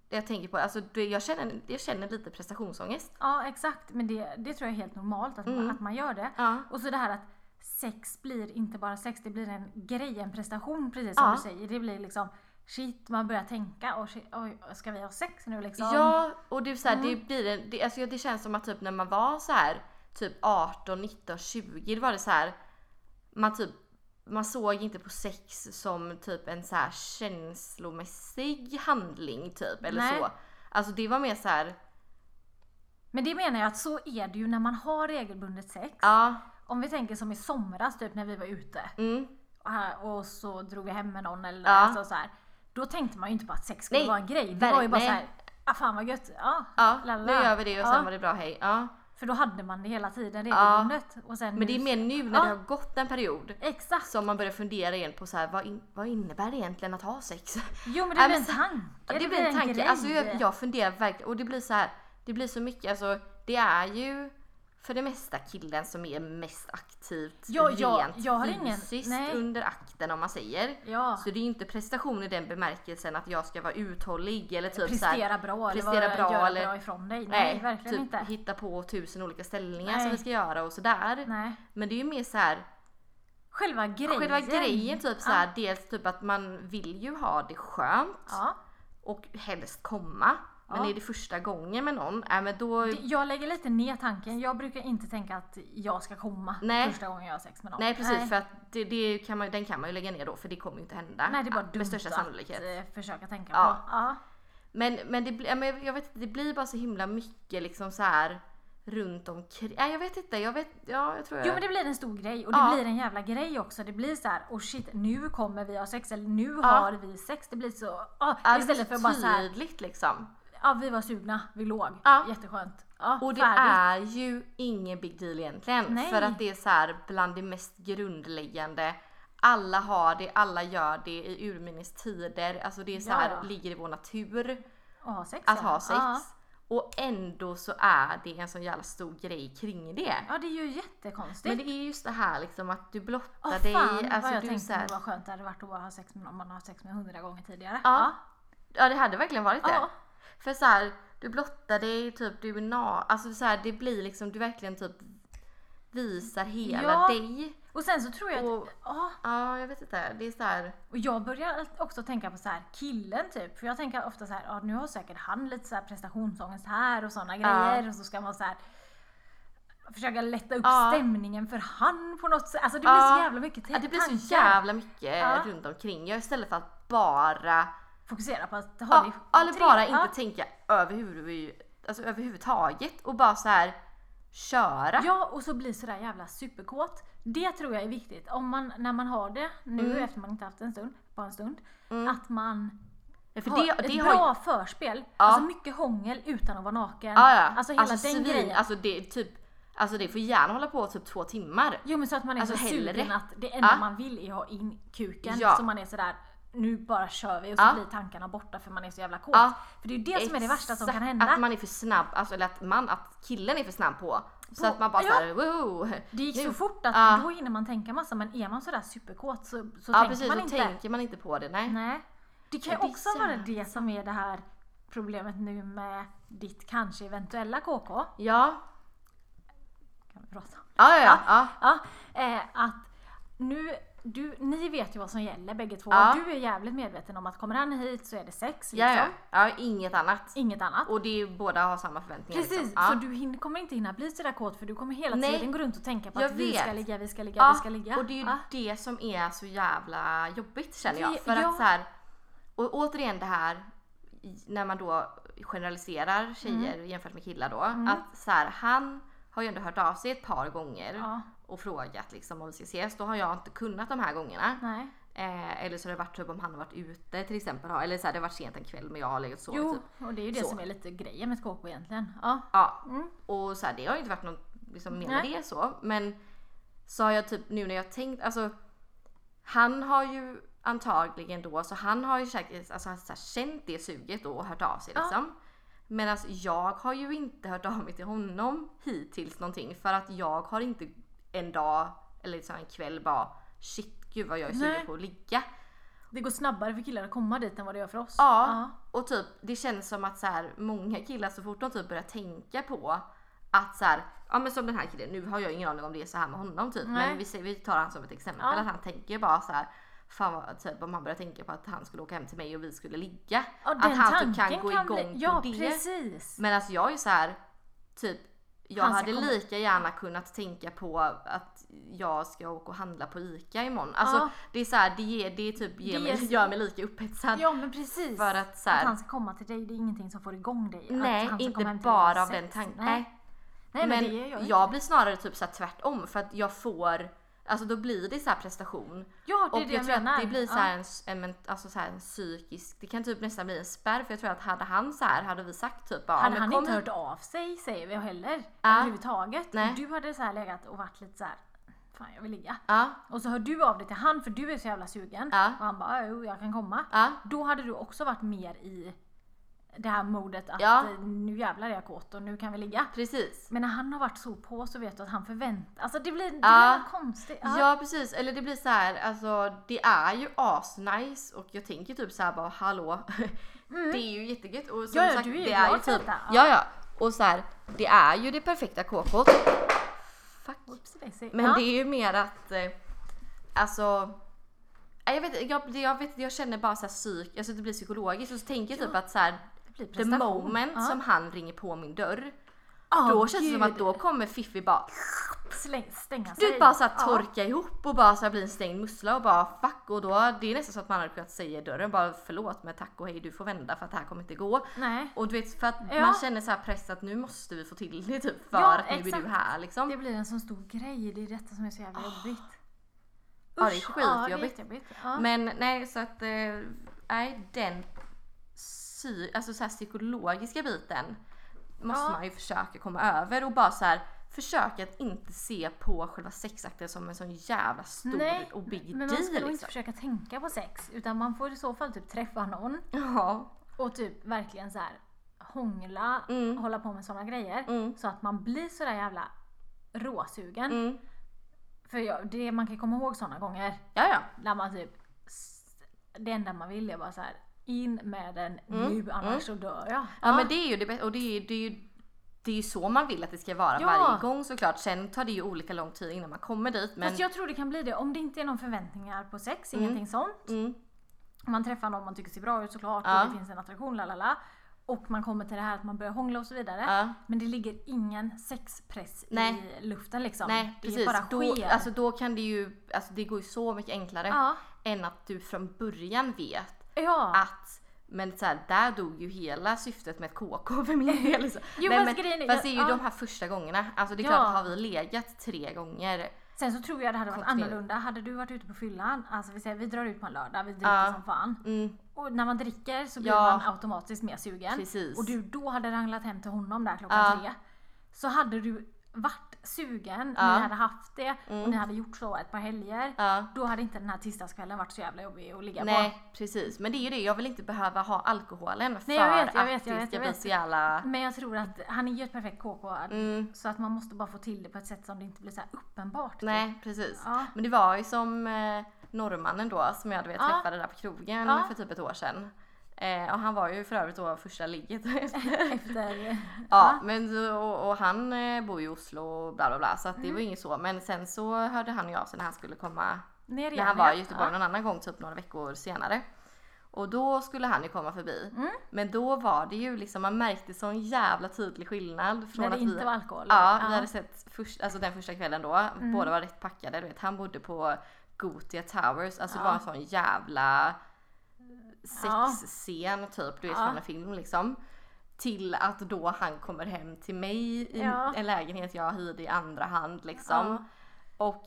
Speaker 1: jag tänker på, alltså det, jag, känner, jag känner lite prestationsångest.
Speaker 2: Ja exakt men det, det tror jag är helt normalt att, man, att man gör det.
Speaker 1: Mm. Ja.
Speaker 2: Och så det här att sex blir inte bara sex, det blir en grej, en prestation precis
Speaker 1: Ja.
Speaker 2: som du säger. Det blir liksom shit, man börjar tänka och shit, oj, ska vi ha sex nu liksom?
Speaker 1: Ja, och det, så här,
Speaker 2: Mm.
Speaker 1: det, blir en, det, alltså, det känns som att typ när man var så här typ 18, 19, 20, då var det så här man typ man såg inte på sex som typ en så här känslomässig handling typ eller
Speaker 2: Nej.
Speaker 1: så. Alltså det var mer så här
Speaker 2: Men det menar jag att så är det ju när man har regelbundet sex.
Speaker 1: ja,
Speaker 2: Om vi tänker som i somras typ när vi var ute
Speaker 1: mm.
Speaker 2: och här- och så drog vi hem med någon eller
Speaker 1: Ja.
Speaker 2: alltså, så här. Då tänkte man ju inte på att sex skulle
Speaker 1: Nej,
Speaker 2: vara en grej. Det
Speaker 1: verk-
Speaker 2: var ju bara
Speaker 1: nej.
Speaker 2: såhär, ah, fan vad gött. Ja,
Speaker 1: Ja,
Speaker 2: la, la,
Speaker 1: nu
Speaker 2: la."
Speaker 1: gör vi det och
Speaker 2: Ja,
Speaker 1: sen var det bra, hej. Ja.
Speaker 2: För då hade man det hela tiden
Speaker 1: Ja.
Speaker 2: regelbundet. Och sen
Speaker 1: Men det är mer nu när det
Speaker 2: Mm. Ja.
Speaker 1: har gått en period
Speaker 2: Exakt.
Speaker 1: som man börjar fundera igen på så här, vad, in, vad innebär det egentligen att ha sex?
Speaker 2: Jo men
Speaker 1: Ja,
Speaker 2: det blir
Speaker 1: men
Speaker 2: en
Speaker 1: så-
Speaker 2: tanke.
Speaker 1: Ja, det blir en tanke. Alltså jag, jag funderar verkligen och det blir så här. Det blir så mycket. Alltså, det är ju för det mesta killen som är mest aktivt
Speaker 2: Ja, ja,
Speaker 1: rent
Speaker 2: jag har ingen-
Speaker 1: fysiskt
Speaker 2: nej.
Speaker 1: under akten om man säger.
Speaker 2: Ja.
Speaker 1: Så det är ju inte prestation i den bemärkelsen att jag ska vara uthållig eller typ så här,
Speaker 2: prestera bra
Speaker 1: prestera
Speaker 2: eller
Speaker 1: bra
Speaker 2: vad- göra
Speaker 1: eller-
Speaker 2: bra ifrån dig. Nej, verkligen
Speaker 1: typ
Speaker 2: inte.
Speaker 1: hitta på tusen olika ställningar
Speaker 2: Nej.
Speaker 1: som vi ska göra och sådär.
Speaker 2: Nej.
Speaker 1: Men det är ju mer så här,
Speaker 2: Själva grejen.
Speaker 1: själva grejen typ så här, dels typ att man vill ju ha det skönt
Speaker 2: Ja.
Speaker 1: och helst komma. Men
Speaker 2: Ja.
Speaker 1: är det första gången med någon, äh, men då
Speaker 2: Det- Jag lägger lite ner tanken. Jag brukar inte tänka att jag ska komma
Speaker 1: Nej.
Speaker 2: första gången jag har sex med någon.
Speaker 1: Nej precis för att det, det kan man, den kan man ju lägga ner då för det kommer ju inte hända.
Speaker 2: Nej, det är bara
Speaker 1: Ja,
Speaker 2: dumt
Speaker 1: Med största
Speaker 2: att
Speaker 1: sannolikhet.
Speaker 2: eh, försöka tänka
Speaker 1: Ja.
Speaker 2: på. Ja.
Speaker 1: Men, men det, bli- ja, men jag- jag vet, inte, det blir bara så himla mycket liksom så här runt omkring. Nej jag vet inte, jag vet, ja jag tror jag
Speaker 2: Jo men det blir en stor grej och det
Speaker 1: Ja.
Speaker 2: blir en jävla grej också. Det blir så här, oh shit, nu kommer vi ha sex eller nu
Speaker 1: Ja.
Speaker 2: har vi sex. Det blir så, ah,
Speaker 1: Ja, det
Speaker 2: istället för bara så här,
Speaker 1: tydligt liksom.
Speaker 2: ja vi var sugna, vi låg,
Speaker 1: Ja.
Speaker 2: jätteskönt. Ja,
Speaker 1: Och det
Speaker 2: färdigt.
Speaker 1: är ju ingen big deal egentligen.
Speaker 2: Nej.
Speaker 1: För att det är så här bland det mest grundläggande. Alla har det, alla gör det i urminnes tider. Alltså det är så här,
Speaker 2: Ja.
Speaker 1: ligger i vår natur
Speaker 2: att ha sex.
Speaker 1: att
Speaker 2: ja.
Speaker 1: ha sex.
Speaker 2: Ja.
Speaker 1: Och ändå så är det en sån jävla stor grej kring det.
Speaker 2: ja det är ju jättekonstigt.
Speaker 1: Men det är just det här liksom att du blottar
Speaker 2: Åh
Speaker 1: dig.
Speaker 2: fan vad
Speaker 1: Alltså
Speaker 2: jag
Speaker 1: du är
Speaker 2: tänkte
Speaker 1: så
Speaker 2: här...
Speaker 1: här,
Speaker 2: vad skönt det hade varit att bara ha sex med någon man har sex med hundra gånger tidigare.
Speaker 1: Ja. ja det hade verkligen varit det.
Speaker 2: Ja.
Speaker 1: För så här, du blottar dig, typ du är na... Alltså så här, det blir liksom, du verkligen typ visar hela
Speaker 2: Ja.
Speaker 1: dig.
Speaker 2: Och sen så tror jag att,
Speaker 1: Och-
Speaker 2: ja,
Speaker 1: Ja, jag vet inte. Det är så här.
Speaker 2: och jag börjar också tänka på så här killen typ. För jag tänker ofta så här, ja nu har säkert han lite så här prestationsångest här och sådana grejer. Och så ska man så här försöka lätta upp
Speaker 1: Ja.
Speaker 2: stämningen för han på något sätt. Alltså det blir
Speaker 1: Ja.
Speaker 2: så jävla mycket
Speaker 1: Ja, det blir så
Speaker 2: tankar.
Speaker 1: jävla mycket
Speaker 2: Ja.
Speaker 1: runt omkring. Jag istället för att bara...
Speaker 2: Fokusera på att ha
Speaker 1: Ja,
Speaker 2: det
Speaker 1: eller
Speaker 2: trevligt.
Speaker 1: bara inte
Speaker 2: Ja.
Speaker 1: tänka överhuvud, alltså, överhuvudtaget och bara så här köra.
Speaker 2: Ja, och så bli sådär jävla superkåt. Det tror jag är viktigt. Om man, när man har det nu
Speaker 1: Mm.
Speaker 2: efter man inte haft en stund, bara en stund.
Speaker 1: Mm.
Speaker 2: Att man
Speaker 1: Ja,
Speaker 2: har
Speaker 1: för det,
Speaker 2: ett
Speaker 1: det har ju...
Speaker 2: bra förspel.
Speaker 1: Ja.
Speaker 2: Alltså mycket hångel utan att vara naken.
Speaker 1: Ja, ja.
Speaker 2: Alltså hela den
Speaker 1: svin-
Speaker 2: grejen.
Speaker 1: Alltså det är typ... Alltså det får gärna hålla på typ två timmar.
Speaker 2: jo men så att man är
Speaker 1: alltså,
Speaker 2: så
Speaker 1: hellre.
Speaker 2: sugen att det enda
Speaker 1: Ja.
Speaker 2: man vill är att ha in kuken.
Speaker 1: Ja.
Speaker 2: Så man är sådär, nu bara kör vi och så
Speaker 1: Ja.
Speaker 2: blir tankarna borta för man är så jävla kåt.
Speaker 1: Ja.
Speaker 2: För det är ju det som är det värsta som
Speaker 1: Exakt,
Speaker 2: kan hända.
Speaker 1: Att man är för snabb, alltså, eller att, man, att killen är för snabb på. Så
Speaker 2: På-
Speaker 1: att man bara
Speaker 2: ja.
Speaker 1: såhär wow.
Speaker 2: Det gick
Speaker 1: Nu-
Speaker 2: så fort att
Speaker 1: Ja.
Speaker 2: då hinner man tänka massa men är man sådär superkåt så, så
Speaker 1: Ja
Speaker 2: tänker
Speaker 1: precis,
Speaker 2: man
Speaker 1: då
Speaker 2: inte.
Speaker 1: tänker man inte på det. Nej.
Speaker 2: Nej. Det kan ju
Speaker 1: Ja, det är
Speaker 2: också vara det som är det här problemet nu med ditt kanske eventuella KK.
Speaker 1: Ja.
Speaker 2: Kan vi prata om.
Speaker 1: Ja, ja, ja. ja.
Speaker 2: Ja, eh, att nu, du, ni vet ju vad som gäller bägge två.
Speaker 1: Ja.
Speaker 2: Du är jävligt medveten om att kommer han hit så är det sex liksom.
Speaker 1: Ja, ja. ja, inget annat.
Speaker 2: Inget annat.
Speaker 1: Och det är båda har samma förväntningar.
Speaker 2: Precis,
Speaker 1: liksom. ja.
Speaker 2: så du hin- kommer inte hinna bli sådär kåt för du kommer hela
Speaker 1: Nej.
Speaker 2: tiden gå runt och tänka på
Speaker 1: Jag
Speaker 2: att vi
Speaker 1: vet.
Speaker 2: ska ligga, vi ska ligga,
Speaker 1: ja,
Speaker 2: vi ska ligga.
Speaker 1: Och det är ju
Speaker 2: ja.
Speaker 1: det som är så jävla jobbigt känner
Speaker 2: Det-
Speaker 1: jag. För
Speaker 2: ja.
Speaker 1: att så här, och återigen det här i- när man då generaliserar tjejer
Speaker 2: Mm.
Speaker 1: jämfört med killar då. Att så här, han har ju ändå hört av sig ett par gånger
Speaker 2: Ja.
Speaker 1: och frågat liksom om vi ska ses. Då har jag inte kunnat de här gångerna.
Speaker 2: Nej.
Speaker 1: Eh, eller så har det varit typ om han har varit ute till exempel. ja, Eller så här, det har varit sent en kväll men jag har legat och sovit.
Speaker 2: Jo,
Speaker 1: Typ.
Speaker 2: och det är ju det
Speaker 1: Så.
Speaker 2: som är lite grejen med ett KK egentligen. Ja.
Speaker 1: Ja,
Speaker 2: Mm.
Speaker 1: Och så här, det har ju inte varit något liksom, mer med
Speaker 2: Nej.
Speaker 1: det så. Men så har jag typ nu när jag tänkt, alltså han har ju antagligen då, så han har ju säkert alltså, han har så här, känt det suget då och hört av sig
Speaker 2: Ja.
Speaker 1: liksom. Medan jag har ju inte hört av mig till honom hittills någonting för att jag har inte en dag eller liksom en kväll bara shit gud vad jag är
Speaker 2: Nej.
Speaker 1: sugen på att ligga.
Speaker 2: Det går snabbare för killar att komma dit än vad det gör för oss.
Speaker 1: Ja, och typ det känns som att så här, många killar så fort de typ börjar tänka på att så här, ja men som den här killen, nu har jag ingen aning om det är så här med honom typ
Speaker 2: Nej.
Speaker 1: men vi, ser- vi tar han som ett exempel
Speaker 2: Ja.
Speaker 1: att han tänker bara så här Fan vad, typ om han börjar tänka på att han skulle åka hem till mig och vi skulle ligga.
Speaker 2: Ja,
Speaker 1: att han typ kan
Speaker 2: tanken
Speaker 1: gå
Speaker 2: bli-
Speaker 1: igång
Speaker 2: ja,
Speaker 1: på det.
Speaker 2: precis.
Speaker 1: Men alltså jag är så här, typ jag
Speaker 2: Han ska
Speaker 1: hade
Speaker 2: komma-
Speaker 1: lika gärna kunnat tänka på att jag ska åka och handla på ICA imorgon. Alltså
Speaker 2: Ja.
Speaker 1: det är så här, det, ger, det typ ger
Speaker 2: Det
Speaker 1: mig,
Speaker 2: ger-
Speaker 1: gör mig lika upphetsad.
Speaker 2: Ja men precis.
Speaker 1: För att så här-
Speaker 2: han ska komma till dig, det är ingenting som får igång dig. att
Speaker 1: Nej,
Speaker 2: han ska komma
Speaker 1: inte
Speaker 2: hem till dig
Speaker 1: bara av
Speaker 2: sex.
Speaker 1: den tanken.
Speaker 2: Nej,
Speaker 1: Nej.
Speaker 2: Nej
Speaker 1: men
Speaker 2: men, det är jag
Speaker 1: jag,
Speaker 2: ju.
Speaker 1: blir snarare typ så här tvärtom för att jag får, alltså då blir det så här prestation.
Speaker 2: Ja det
Speaker 1: Och
Speaker 2: är det
Speaker 1: jag
Speaker 2: jag,
Speaker 1: tror
Speaker 2: menar.
Speaker 1: att det blir så
Speaker 2: Ja.
Speaker 1: här, en, en, men- alltså så här en psykisk, det kan typ nästan bli en spärr för jag tror att hade han så här hade vi sagt typ bara,
Speaker 2: hade
Speaker 1: men
Speaker 2: han
Speaker 1: kom
Speaker 2: inte
Speaker 1: hit.
Speaker 2: hört av sig säger vi heller.
Speaker 1: Ja.
Speaker 2: Överhuvudtaget.
Speaker 1: Nej.
Speaker 2: Du hade så här legat och varit lite så här. Fan jag vill ligga.
Speaker 1: Ja,
Speaker 2: Och så hör du av dig till han för du är så jävla sugen.
Speaker 1: Ja.
Speaker 2: Och han bara jo jag kan komma.
Speaker 1: ja,
Speaker 2: Då hade du också varit mer i det här modet att
Speaker 1: Ja.
Speaker 2: eh, nu jävlar är jag kåt och nu kan vi ligga.
Speaker 1: precis.
Speaker 2: Men när han har varit så på så vet du att han förväntar Alltså det blir, det
Speaker 1: Ja.
Speaker 2: blir konstigt. Ja.
Speaker 1: Ja. precis, eller det blir så här, alltså det är ju asnice och jag tänker typ så här bara hallå. Det är ju jättegött och som
Speaker 2: Mm. Ja, ja,
Speaker 1: sagt
Speaker 2: du är ju
Speaker 1: det är ju
Speaker 2: glad för
Speaker 1: typ,
Speaker 2: detta.
Speaker 1: ja
Speaker 2: Ja.
Speaker 1: ja, och så här, det är ju det perfekta kåkot. Fuck.
Speaker 2: Oops, Daisy.
Speaker 1: Men
Speaker 2: ja.
Speaker 1: det är ju mer att, eh, alltså, nej, jag vet, inte, jag, det- jag, vet, inte, jag känner bara såhär psyk, alltså det blir psykologiskt och så tänker jag typ att såhär,
Speaker 2: det blir
Speaker 1: the
Speaker 2: prestation.
Speaker 1: moment
Speaker 2: ja.
Speaker 1: som han ringer på min dörr
Speaker 2: Ja,
Speaker 1: då känns det som
Speaker 2: gud.
Speaker 1: att då kommer Fiffi bara,
Speaker 2: Släng, stänga sig.
Speaker 1: du bara så här
Speaker 2: Ja.
Speaker 1: torka ihop och bara så här bli en stängd mussla och bara fuck och då, det är nästan så att man hade kunnat säga i dörren bara förlåt men tack och hej du får vända för att det här kommer inte gå.
Speaker 2: Nej,
Speaker 1: Och du vet för att
Speaker 2: Ja.
Speaker 1: man känner så här press att nu måste vi få till det typ för
Speaker 2: Ja,
Speaker 1: att nu är
Speaker 2: exakt.
Speaker 1: du här liksom.
Speaker 2: det blir en sån stor grej. Det är detta som är så jävla jobbigt.
Speaker 1: Ah. Ja, det är
Speaker 2: Usch, Ja, det är
Speaker 1: skitjobbigt.
Speaker 2: jättejobbigt. Ja.
Speaker 1: Men nej så att, eh, nej den psy- alltså så här psykologiska biten måste
Speaker 2: Ja.
Speaker 1: man ju försöka komma över och bara så här försöka att inte se på själva sexakten som en sån jävla stor
Speaker 2: Nej,
Speaker 1: och big
Speaker 2: Men man ska
Speaker 1: deal
Speaker 2: nog inte
Speaker 1: liksom.
Speaker 2: försöka tänka på sex utan man får i så fall typ träffa någon
Speaker 1: Ja,
Speaker 2: och typ verkligen så här hångla,
Speaker 1: Mm.
Speaker 2: hålla på med sådana grejer
Speaker 1: Mm.
Speaker 2: så att man blir så där jävla råsugen.
Speaker 1: mm.
Speaker 2: För jag, det man kan komma ihåg sådana gånger
Speaker 1: ja ja.
Speaker 2: när man typ s- det enda man vill är bara så här in med den nu annars så dör jag.
Speaker 1: Mm. Ja, men det är ju det bästa och det är, ju- det är ju det är ju så man vill att det ska vara
Speaker 2: Ja.
Speaker 1: varje gång såklart. Sen tar det ju olika lång tid innan man kommer dit. Men
Speaker 2: Fast jag tror det kan bli det om det inte är någon förväntningar på sex, ingenting sånt.
Speaker 1: mm,
Speaker 2: man träffar någon man tycker ser bra ut såklart
Speaker 1: Ja.
Speaker 2: och det finns en attraktion, la la la. Och man kommer till det här att man börjar hångla och så vidare.
Speaker 1: Ja.
Speaker 2: Men det ligger ingen sexpress
Speaker 1: Nej.
Speaker 2: i luften liksom.
Speaker 1: nej
Speaker 2: Det
Speaker 1: precis.
Speaker 2: bara
Speaker 1: Då,
Speaker 2: sker.
Speaker 1: alltså, då kan det ju, alltså det går ju så mycket enklare
Speaker 2: ja.
Speaker 1: än att du från början vet
Speaker 2: ja.
Speaker 1: att men så här, där dog ju hela syftet med ett KK för min del. Liksom.
Speaker 2: Jo,
Speaker 1: Nej,
Speaker 2: fast
Speaker 1: men,
Speaker 2: grejen är-
Speaker 1: fast det är ju
Speaker 2: ja.
Speaker 1: de här första gångerna. Alltså det är
Speaker 2: Ja.
Speaker 1: klart, har vi legat tre gånger.
Speaker 2: Sen så tror jag det hade varit
Speaker 1: Kontinuerligt.
Speaker 2: annorlunda. Hade du varit ute på fyllan, alltså vi säger vi drar ut på en lördag, vi dricker
Speaker 1: Ja.
Speaker 2: som fan.
Speaker 1: Mm,
Speaker 2: Och när man dricker så blir
Speaker 1: Ja.
Speaker 2: man automatiskt mer sugen.
Speaker 1: Precis.
Speaker 2: Och du då hade ranglat hem till honom där klockan
Speaker 1: Ja.
Speaker 2: tre. Så hade du varit sugen,
Speaker 1: Ja. Mm.
Speaker 2: ni hade haft det och ni hade gjort så ett par helger.
Speaker 1: ja.
Speaker 2: Då hade inte den här tisdagskvällen varit så jävla jobbig att ligga
Speaker 1: Nej precis, men det är ju det. Jag vill inte behöva ha alkoholen för
Speaker 2: Nej, jag vet, jag
Speaker 1: att
Speaker 2: vet, jag
Speaker 1: det
Speaker 2: vet,
Speaker 1: ska
Speaker 2: jag
Speaker 1: bli
Speaker 2: vet.
Speaker 1: så jävla...
Speaker 2: på. Men jag tror att han är ju ett perfekt KK.
Speaker 1: Mm,
Speaker 2: Så att man måste bara få till det på ett sätt som det inte blir så här uppenbart. typ.
Speaker 1: nej precis.
Speaker 2: Ja.
Speaker 1: Men det var ju som eh, norrmannen då som jag du vet,
Speaker 2: Ja.
Speaker 1: träffade där på krogen
Speaker 2: Ja.
Speaker 1: för typ ett år sedan. Eh, och han var ju för övrigt då första ligget
Speaker 2: Efter... eh,
Speaker 1: Ja, men så- och, och han eh, bor ju i Oslo och bla bla bla så att
Speaker 2: Mm.
Speaker 1: det var inget så. Men sen så hörde han ju av sig när han skulle komma,
Speaker 2: Ner igen.
Speaker 1: när han var i
Speaker 2: ja.
Speaker 1: Göteborg någon annan gång, typ några veckor senare. Och då skulle han ju komma förbi.
Speaker 2: Mm.
Speaker 1: Men då var det ju liksom, man märkte sån jävla tydlig skillnad
Speaker 2: När
Speaker 1: från
Speaker 2: det
Speaker 1: att
Speaker 2: inte
Speaker 1: vi
Speaker 2: var alkohol.
Speaker 1: Ja, vi hade sett först, alltså den första kvällen då.
Speaker 2: Mm.
Speaker 1: Båda var rätt packade. Du vet, han bodde på Gotia Towers. Alltså det var en sån jävla eh,
Speaker 2: Ja.
Speaker 1: sexscen typ. Du vet
Speaker 2: Ja.
Speaker 1: från en film liksom. Till att då han kommer hem till mig i
Speaker 2: Ja.
Speaker 1: en lägenhet jag hyrde i andra hand liksom.
Speaker 2: Ja.
Speaker 1: Och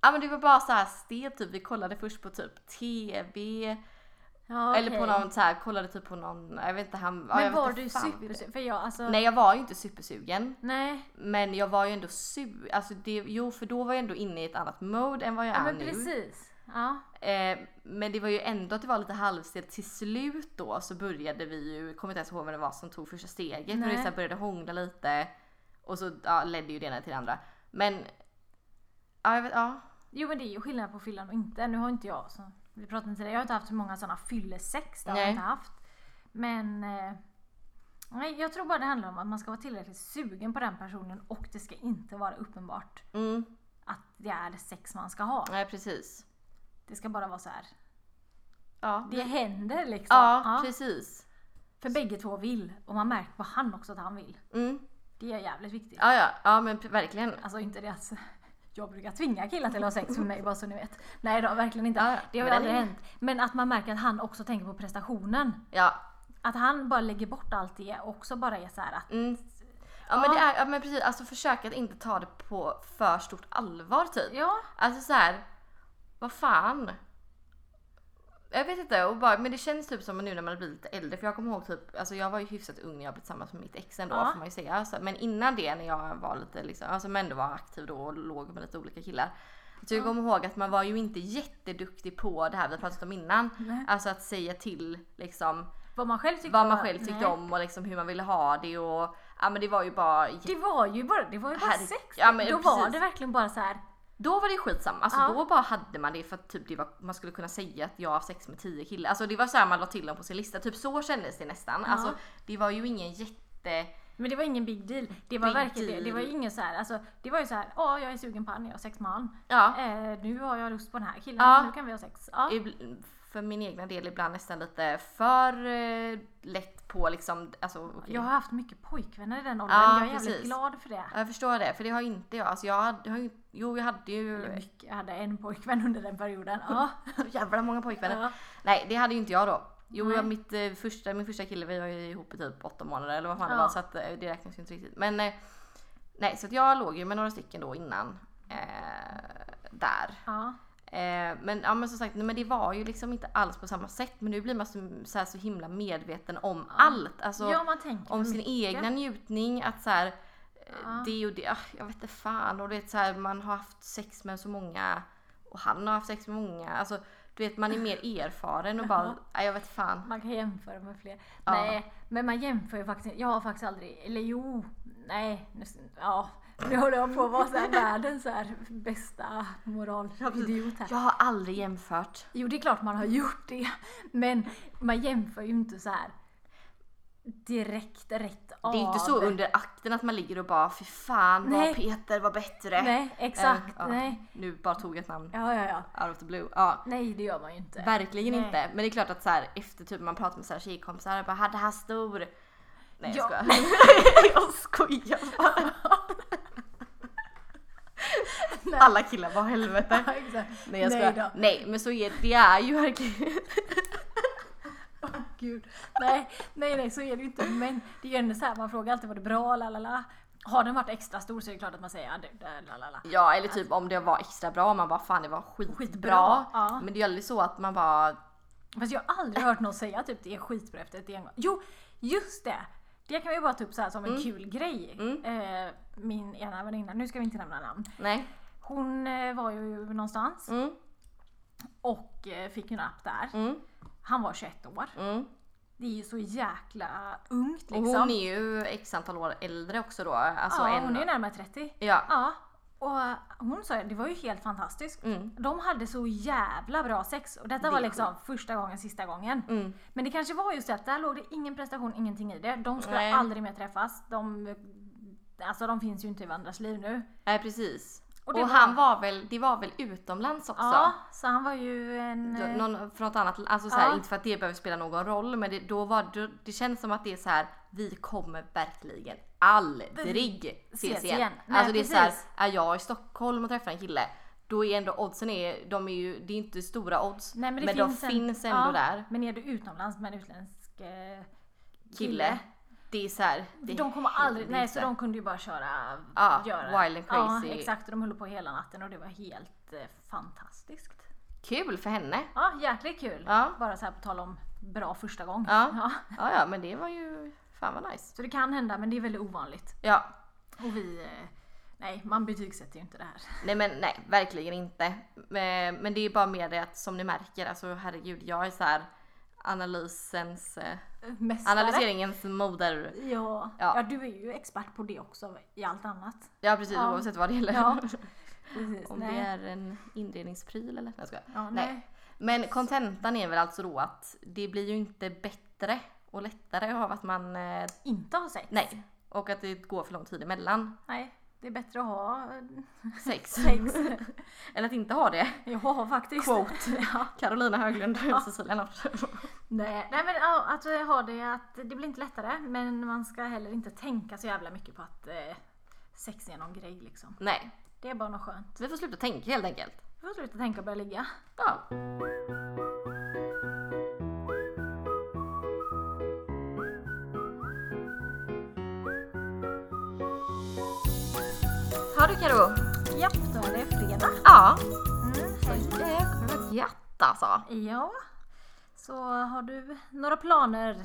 Speaker 1: ja men det var bara så här stelt typ. Vi kollade först på typ TV.
Speaker 2: Ja,
Speaker 1: Eller på
Speaker 2: okej.
Speaker 1: någon så här, kollade typ på någon, jag vet inte han. ja, jag
Speaker 2: Men
Speaker 1: vet
Speaker 2: var
Speaker 1: inte
Speaker 2: du
Speaker 1: fan.
Speaker 2: super... För jag alltså...
Speaker 1: Nej jag var ju inte supersugen.
Speaker 2: Nej.
Speaker 1: Men jag var ju ändå sur. Alltså det, jo, för då var jag ändå inne i ett annat mode än vad jag
Speaker 2: Ja,
Speaker 1: är
Speaker 2: men
Speaker 1: nu.
Speaker 2: precis. Ja.
Speaker 1: Eh, men det var ju ändå att det var lite halvstelt. Till slut då så började vi ju, kommer inte ens ihåg vem det var som tog första steget. Men
Speaker 2: Nej.
Speaker 1: vi så här började hångla lite. Och så ja, ledde ju det ena till det andra. Men ja, jag vet, ja.
Speaker 2: Jo men det är ju skillnad på fyllan och inte. Nu har inte jag, så vi pratar inte det. Jag har inte haft så många sådana fyllesex. Det har jag
Speaker 1: Nej.
Speaker 2: inte haft. Men eh, nej, jag tror bara det handlar om att man ska vara tillräckligt sugen på den personen och det ska inte vara uppenbart
Speaker 1: Mm,
Speaker 2: att det är sex man ska ha.
Speaker 1: nej precis.
Speaker 2: Det ska bara vara så här.
Speaker 1: Ja,
Speaker 2: Det händer liksom.
Speaker 1: ja,
Speaker 2: Ja,
Speaker 1: precis.
Speaker 2: för bägge två vill. Och man märker på han också att han vill.
Speaker 1: Mm.
Speaker 2: Det är jävligt viktigt.
Speaker 1: Ja, ja, ja men p- verkligen.
Speaker 2: Alltså inte det att jag brukar tvinga killar till att ha sex med mig bara så ni vet. Nej då, verkligen inte.
Speaker 1: Ja, ja.
Speaker 2: det har ju
Speaker 1: Men-
Speaker 2: aldrig hänt. Men att man märker att han också tänker på prestationen.
Speaker 1: Ja,
Speaker 2: Att han bara lägger bort allt det och också bara är så här att
Speaker 1: mm. ja, men
Speaker 2: Ja.
Speaker 1: det är, ja men precis. Alltså försök att inte ta det på för stort allvar typ.
Speaker 2: ja,
Speaker 1: Alltså så här, vad fan. Jag vet inte, och bara, men det känns typ som nu när man blir lite äldre. För jag kommer ihåg typ, alltså jag var ju hyfsat ung när jag blev tillsammans med mitt ex ändå
Speaker 2: Ja.
Speaker 1: får man ju säga. Så, men innan det när jag var lite liksom, alltså men ändå var aktiv då och låg med lite olika killar. Så jag kommer ihåg att man var ju inte jätteduktig på det här vi har pratat om innan.
Speaker 2: Nej.
Speaker 1: Alltså att säga till liksom
Speaker 2: vad man själv tyckte
Speaker 1: vad man
Speaker 2: var-
Speaker 1: själv tyckte
Speaker 2: nej.
Speaker 1: om och liksom hur man ville ha det och ja men det var ju bara
Speaker 2: Det var ju bara, det var ju bara
Speaker 1: Herre-
Speaker 2: sex.
Speaker 1: ja, men
Speaker 2: Då
Speaker 1: precis.
Speaker 2: var det verkligen bara så här.
Speaker 1: Då var det skitsamma, alltså
Speaker 2: Ja.
Speaker 1: då bara hade man det för att typ det var, man skulle kunna säga att jag har sex med 10 killar. Alltså det var såhär man la till dem på sin lista, typ så kändes det nästan.
Speaker 2: Ja.
Speaker 1: Alltså det var ju ingen jätte...
Speaker 2: Men det var ingen big deal. Det var
Speaker 1: Big
Speaker 2: verkligen det.
Speaker 1: deal.
Speaker 2: Det var ju ingen så här, alltså, det var ju så här, ja jag är sugen på han, jag har sex med han.
Speaker 1: Ja.
Speaker 2: Eh, nu har jag lust på den här killen,
Speaker 1: Ja.
Speaker 2: nu kan vi ha sex. Ja.
Speaker 1: Ibl- för min egna del ibland nästan lite för eh, lätt på liksom, alltså okej.
Speaker 2: Jag har haft mycket pojkvänner i den åldern.
Speaker 1: Ja,
Speaker 2: jag är jävligt
Speaker 1: precis.
Speaker 2: glad för det.
Speaker 1: Jag förstår det, för det har inte jag. Alltså jag hade, har ju, jo jag hade
Speaker 2: Eller
Speaker 1: ju
Speaker 2: mycket. Jag hade en pojkvän under den perioden. Ja.
Speaker 1: så jävla många pojkvänner.
Speaker 2: Ja.
Speaker 1: Nej det hade ju inte jag då. Jo
Speaker 2: Nej.
Speaker 1: jag, mitt, eh, första, min första kille, vi var ju ihop i typ åtta månader eller vad fan det
Speaker 2: Ja.
Speaker 1: var så att eh, det räknas ju inte riktigt. Men eh, nej så att jag låg ju med några stycken då innan. Eh, där.
Speaker 2: Ja.
Speaker 1: Eh, men, ja, men som sagt, nej, men det var ju liksom inte alls på samma sätt. Men nu blir man så, så, här, så himla medveten om allt. Alltså,
Speaker 2: ja, man tänker
Speaker 1: om
Speaker 2: för
Speaker 1: sin
Speaker 2: mycket.
Speaker 1: egna njutning. Att så här, eh,
Speaker 2: Ja.
Speaker 1: det och det, ah, jag vet inte fan. Och du vet så här, man har haft sex med så många och han har haft sex med många. Alltså, du vet man är mer erfaren och bara, nej jag vet fan.
Speaker 2: Man kan jämföra med fler.
Speaker 1: Ja.
Speaker 2: Nej, men man jämför ju faktiskt Jag har faktiskt aldrig, eller jo, nej. Nu, ja, nu håller jag på att vara så här världens så här bästa moralidiot här.
Speaker 1: Jag har aldrig jämfört.
Speaker 2: Jo, det är klart man har gjort det. Men man jämför ju inte så här direkt rätt av.
Speaker 1: Det är ju inte så under akten att man ligger och bara, fy fan vad
Speaker 2: Nej.
Speaker 1: Peter var bättre.
Speaker 2: Nej, exakt.
Speaker 1: Eller, ja,
Speaker 2: Nej.
Speaker 1: Nu bara tog jag ett namn.
Speaker 2: Ja, ja, ja.
Speaker 1: Out of the blue. Ja.
Speaker 2: Nej, det gör man ju inte.
Speaker 1: Verkligen
Speaker 2: Nej.
Speaker 1: inte. Men det är klart att så här, efter typ man pratar med sina tjejkompisar, jag bara hade han stor? Nej
Speaker 2: Ja.
Speaker 1: jag skojar. jag skojar bara.
Speaker 2: Nej.
Speaker 1: Alla killar bara helvete.
Speaker 2: Ja, exakt.
Speaker 1: Nej jag
Speaker 2: Nej
Speaker 1: skojar.
Speaker 2: då.
Speaker 1: Nej men så är det är ju verkligen.
Speaker 2: Gud. Nej, nej, nej, så är det ju inte. Men det är ju ändå så här, man frågar alltid var det bra, la la la. Har den varit extra stor så är det klart att man säger ja, det, det, la la la.
Speaker 1: Ja eller typ om det var extra bra man bara fan det var skitbra.
Speaker 2: Skitbra, ja.
Speaker 1: Men det är ju aldrig så att man bara
Speaker 2: Fast jag har aldrig hört någon säga typ det är skitbra efter ett engång. Jo, just det! Det kan vi bara ta upp så här som
Speaker 1: Mm.
Speaker 2: en kul grej. Eh, min ena väninna, nu ska vi inte nämna namn.
Speaker 1: nej.
Speaker 2: Hon eh, var ju någonstans
Speaker 1: Mm,
Speaker 2: och eh, fick en app där.
Speaker 1: mm,
Speaker 2: Han var 21 år.
Speaker 1: mm.
Speaker 2: Det är ju så jäkla ungt
Speaker 1: Och
Speaker 2: liksom.
Speaker 1: hon är ju x antal år äldre också då. Alltså
Speaker 2: ja,
Speaker 1: en,
Speaker 2: hon är ju närmare 30.
Speaker 1: ja.
Speaker 2: Ja, och hon sa det var ju helt fantastiskt.
Speaker 1: Mm.
Speaker 2: De hade så jävla bra sex och detta
Speaker 1: Det
Speaker 2: var
Speaker 1: är
Speaker 2: liksom första gången, sista gången.
Speaker 1: Mm.
Speaker 2: Men det kanske var just det att där låg det ingen prestation, ingenting i det. De skulle
Speaker 1: Nej.
Speaker 2: aldrig mer träffas. De, alltså de finns ju inte i varandras liv nu.
Speaker 1: Nej precis.
Speaker 2: Och
Speaker 1: Och,
Speaker 2: det var-
Speaker 1: han var väl, det var väl utomlands också?
Speaker 2: Ja, så han var ju en...
Speaker 1: Då-
Speaker 2: eh,
Speaker 1: Någon från något annat, alltså såhär,
Speaker 2: Ja.
Speaker 1: inte för att det behöver spela någon roll men det, då var, då, det känns som att det är så här: vi kommer verkligen aldrig ses igen.
Speaker 2: igen. Nej,
Speaker 1: alltså det är såhär,
Speaker 2: precis.
Speaker 1: är jag i Stockholm och träffar en kille då är ändå oddsen är, de är ju, det är inte stora odds
Speaker 2: Nej, men det finns
Speaker 1: de
Speaker 2: en-
Speaker 1: finns ändå
Speaker 2: ja,
Speaker 1: där.
Speaker 2: Men är du utomlands med en utländsk eh,
Speaker 1: Kille. Det är såhär. det
Speaker 2: De kommer aldrig,
Speaker 1: händer
Speaker 2: nej så
Speaker 1: inte.
Speaker 2: de kunde ju bara köra.
Speaker 1: Ja,
Speaker 2: göra.
Speaker 1: wild and crazy.
Speaker 2: Ja, exakt. Och de höll på hela natten och det var helt eh, fantastiskt.
Speaker 1: Kul för henne.
Speaker 2: Ja, jäkligt kul.
Speaker 1: Ja.
Speaker 2: Bara så här på tal om bra första gång.
Speaker 1: Ja. Ja ja men det var ju, fan vad nice.
Speaker 2: Så det kan hända men det är väldigt ovanligt.
Speaker 1: Ja.
Speaker 2: Och vi, eh, nej man betygsätter ju inte det här.
Speaker 1: Nej men nej, verkligen inte. Men men det är bara mer det att som ni märker, alltså herregud jag är så här analysens, eh,
Speaker 2: Mästare.
Speaker 1: analyseringens moder.
Speaker 2: Ja. Ja.
Speaker 1: Ja.
Speaker 2: du är ju expert på det också i allt annat.
Speaker 1: Ja precis,
Speaker 2: Ja.
Speaker 1: oavsett vad det gäller.
Speaker 2: Ja, Precis.
Speaker 1: Om det är en inredningspryl eller? Nej, jag skojar.
Speaker 2: Ja, nej.
Speaker 1: Nej. Men kontentan är väl alltså då att det blir ju inte bättre och lättare av att man, eh,
Speaker 2: Inte ha sex.
Speaker 1: nej. Och att det går för lång tid emellan
Speaker 2: Nej, Det är bättre att ha eh,
Speaker 1: sex.
Speaker 2: sex.
Speaker 1: Eller att inte ha det.
Speaker 2: ja faktiskt.
Speaker 1: Quote.
Speaker 2: Ja.
Speaker 1: Carolina Höglund, Cecilia North.
Speaker 2: Nej, nej men ja, att ha det att det blir inte lättare men man ska heller inte tänka så jävla mycket på att eh, sex är någon grej liksom.
Speaker 1: Nej,
Speaker 2: Det är bara något skönt.
Speaker 1: vi får sluta tänka helt enkelt.
Speaker 2: Du får sluta tänka och börja ligga.
Speaker 1: Ja. Har du Karo?
Speaker 2: Japp, då är det fredag.
Speaker 1: Ja.
Speaker 2: Mm, helg.
Speaker 1: Det kommer vara gött alltså.
Speaker 2: ja. Så har du några planer?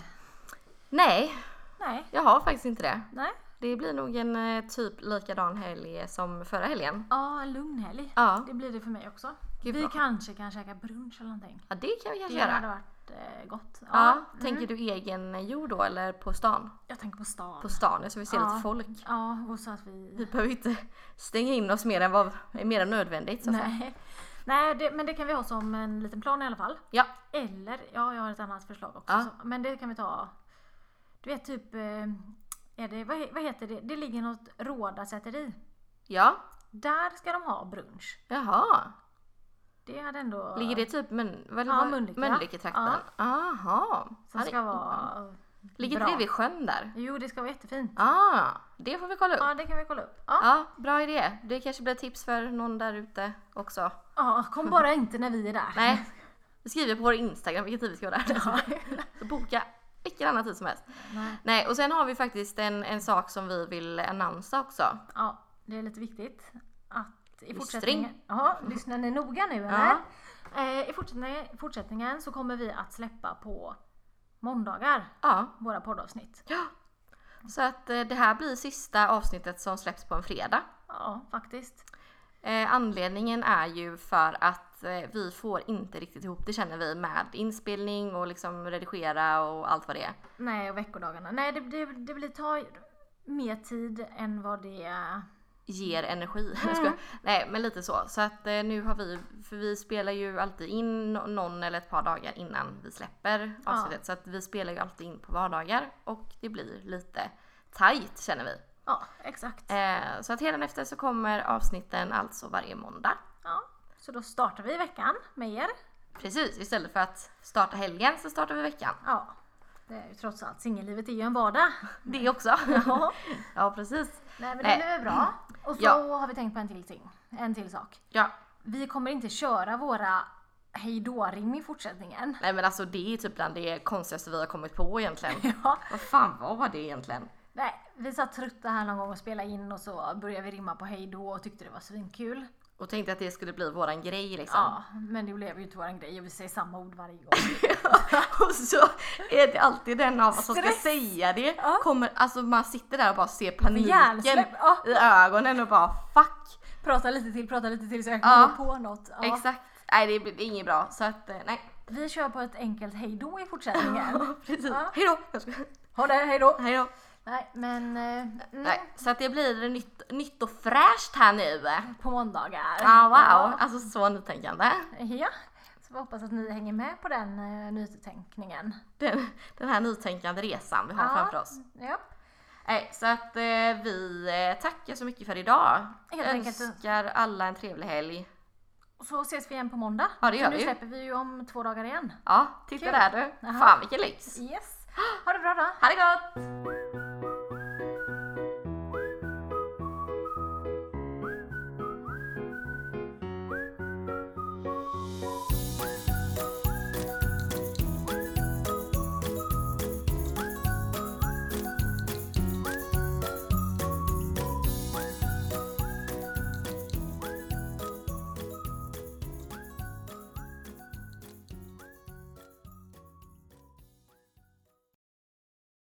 Speaker 1: Nej,
Speaker 2: Nej.
Speaker 1: jag har faktiskt inte det.
Speaker 2: Nej.
Speaker 1: Det blir nog en eh, typ likadan helg som förra helgen.
Speaker 2: Ja, en lugn helg.
Speaker 1: Ja,
Speaker 2: Det blir det för mig också.
Speaker 1: Gud,
Speaker 2: Vi
Speaker 1: bra.
Speaker 2: kanske kan käka brunch eller någonting.
Speaker 1: ja det kan vi
Speaker 2: Det
Speaker 1: kanske
Speaker 2: hade
Speaker 1: göra.
Speaker 2: varit eh, gott. Ja.
Speaker 1: Ja,
Speaker 2: Mm.
Speaker 1: Tänker du egen jord då eller på stan?
Speaker 2: Jag tänker på stan.
Speaker 1: På stan så vi ser
Speaker 2: Ja.
Speaker 1: lite folk.
Speaker 2: Ja, och så att vi
Speaker 1: Vi behöver inte stänga in oss mer än, vad, mer än nödvändigt. Så att säga.
Speaker 2: Nej, Nej det, men det kan vi ha som en liten plan i alla fall.
Speaker 1: Ja,
Speaker 2: Eller, ja jag har ett annat förslag också.
Speaker 1: Ja.
Speaker 2: Så, men det kan vi ta. Du vet typ, eh, är det, vad, he- vad heter det? Det ligger något Rådasäteri.
Speaker 1: ja.
Speaker 2: Där ska de ha brunch.
Speaker 1: Jaha.
Speaker 2: Det hade ändå...
Speaker 1: Ligger det typ mun, vad,
Speaker 2: Ja,
Speaker 1: vad-
Speaker 2: Mölnlycke.
Speaker 1: Mölnlycketrakten? Aha. Ja,
Speaker 2: Som
Speaker 1: det-
Speaker 2: ska vara...
Speaker 1: Ligger inte
Speaker 2: bra.
Speaker 1: det vid sjön där?
Speaker 2: Jo, det ska vara jättefint.
Speaker 1: Ah, det får vi kolla upp.
Speaker 2: Ja, det kan vi kolla upp. Ja,
Speaker 1: Ja, bra idé. Det kanske blir tips för någon där ute också.
Speaker 2: ja kom bara inte när vi är där.
Speaker 1: Nej, vi skriver på vår Instagram vilken tid vi ska vara där. Så boka vilken annan tid som helst.
Speaker 2: Nej.
Speaker 1: Nej, och sen har vi faktiskt en, en sak som vi vill annonsa också.
Speaker 2: Ja, det är lite viktigt att i
Speaker 1: Lystring.
Speaker 2: fortsättningen... Ja, lyssnar ni noga nu eller? Eh, I fortsättningen, fortsättningen så kommer vi att släppa på måndagar
Speaker 1: Ja,
Speaker 2: våra poddavsnitt.
Speaker 1: så att eh, det här blir sista avsnittet som släpps på en fredag.
Speaker 2: Ja, faktiskt.
Speaker 1: Eh, anledningen är ju för att eh, vi får inte riktigt ihop det känner vi med inspelning och liksom redigera och allt vad det är.
Speaker 2: Nej, och veckodagarna. Nej, det, det, det blir ta mer tid än vad det...
Speaker 1: ger energi. Jag skojar. Nej men lite så. Så att eh, nu har vi, för vi spelar ju alltid in no- någon eller ett par dagar innan vi släpper
Speaker 2: Ja.
Speaker 1: avsnittet. Så att vi spelar ju alltid in på vardagar och det blir lite tajt känner vi.
Speaker 2: Ja, exakt.
Speaker 1: Eh, så att hädanefter så kommer avsnitten alltså varje måndag.
Speaker 2: Ja, så då startar vi veckan med er.
Speaker 1: Precis, istället för att starta helgen så startar vi veckan.
Speaker 2: Ja, det är ju trots allt singellivet är ju en vardag.
Speaker 1: Det också. ja precis.
Speaker 2: Nej, men
Speaker 1: Nej.
Speaker 2: det blir bra. Och så
Speaker 1: Ja.
Speaker 2: har vi tänkt på en till ting. En till sak.
Speaker 1: Ja.
Speaker 2: Vi kommer inte köra våra hejdå-rim i fortsättningen.
Speaker 1: Nej men alltså det är typ bland det konstigaste vi har kommit på egentligen.
Speaker 2: Ja.
Speaker 1: Vad fan var det egentligen?
Speaker 2: Nej, vi satt trötta här någon gång och spelade in och så började vi rimma på hejdå och tyckte det var svinkul.
Speaker 1: Och tänkte att det skulle bli våran grej liksom.
Speaker 2: Ja, men det blev ju inte våran grej och vi säger samma ord varje gång.
Speaker 1: Och så är det alltid den av oss som ska
Speaker 2: Stress.
Speaker 1: säga det.
Speaker 2: Ja.
Speaker 1: Kommer, alltså man sitter där och bara ser paniken
Speaker 2: Hjärnsläpp! Ja,
Speaker 1: i ögonen och bara fuck.
Speaker 2: prata lite till, prata lite till så jag
Speaker 1: Ja.
Speaker 2: kan komma på något. Ja.
Speaker 1: Exakt. Nej det blir det är inget bra så att eh, nej.
Speaker 2: Vi kör på ett enkelt hejdå i fortsättningen.
Speaker 1: Precis.
Speaker 2: Ja.
Speaker 1: Hejdå! Jag skojar.
Speaker 2: ha det, hejdå!
Speaker 1: Hejdå!
Speaker 2: Nej, men... eh, Mm,
Speaker 1: Nej, så att det blir nytt, nytt och fräscht här nu.
Speaker 2: På måndagar.
Speaker 1: Ah, wow, alltså så nytänkande.
Speaker 2: Ja, så vi hoppas att ni hänger med på den eh, nytänkningen.
Speaker 1: Den, den här nytänkande resan vi har
Speaker 2: Ja.
Speaker 1: framför oss.
Speaker 2: Ja.
Speaker 1: Nej, så att eh, vi eh, tackar så mycket för idag.
Speaker 2: Helt enkelt.
Speaker 1: Önskar alla en trevlig helg.
Speaker 2: Och så ses vi igen på måndag.
Speaker 1: Ja, det gör
Speaker 2: För nu
Speaker 1: vi.
Speaker 2: släpper vi ju om två dagar igen.
Speaker 1: Ja, titta
Speaker 2: Kul.
Speaker 1: där du.
Speaker 2: Aha.
Speaker 1: Fan vilken lyx.
Speaker 2: Yes. Ha det bra då.
Speaker 1: Ha det gott!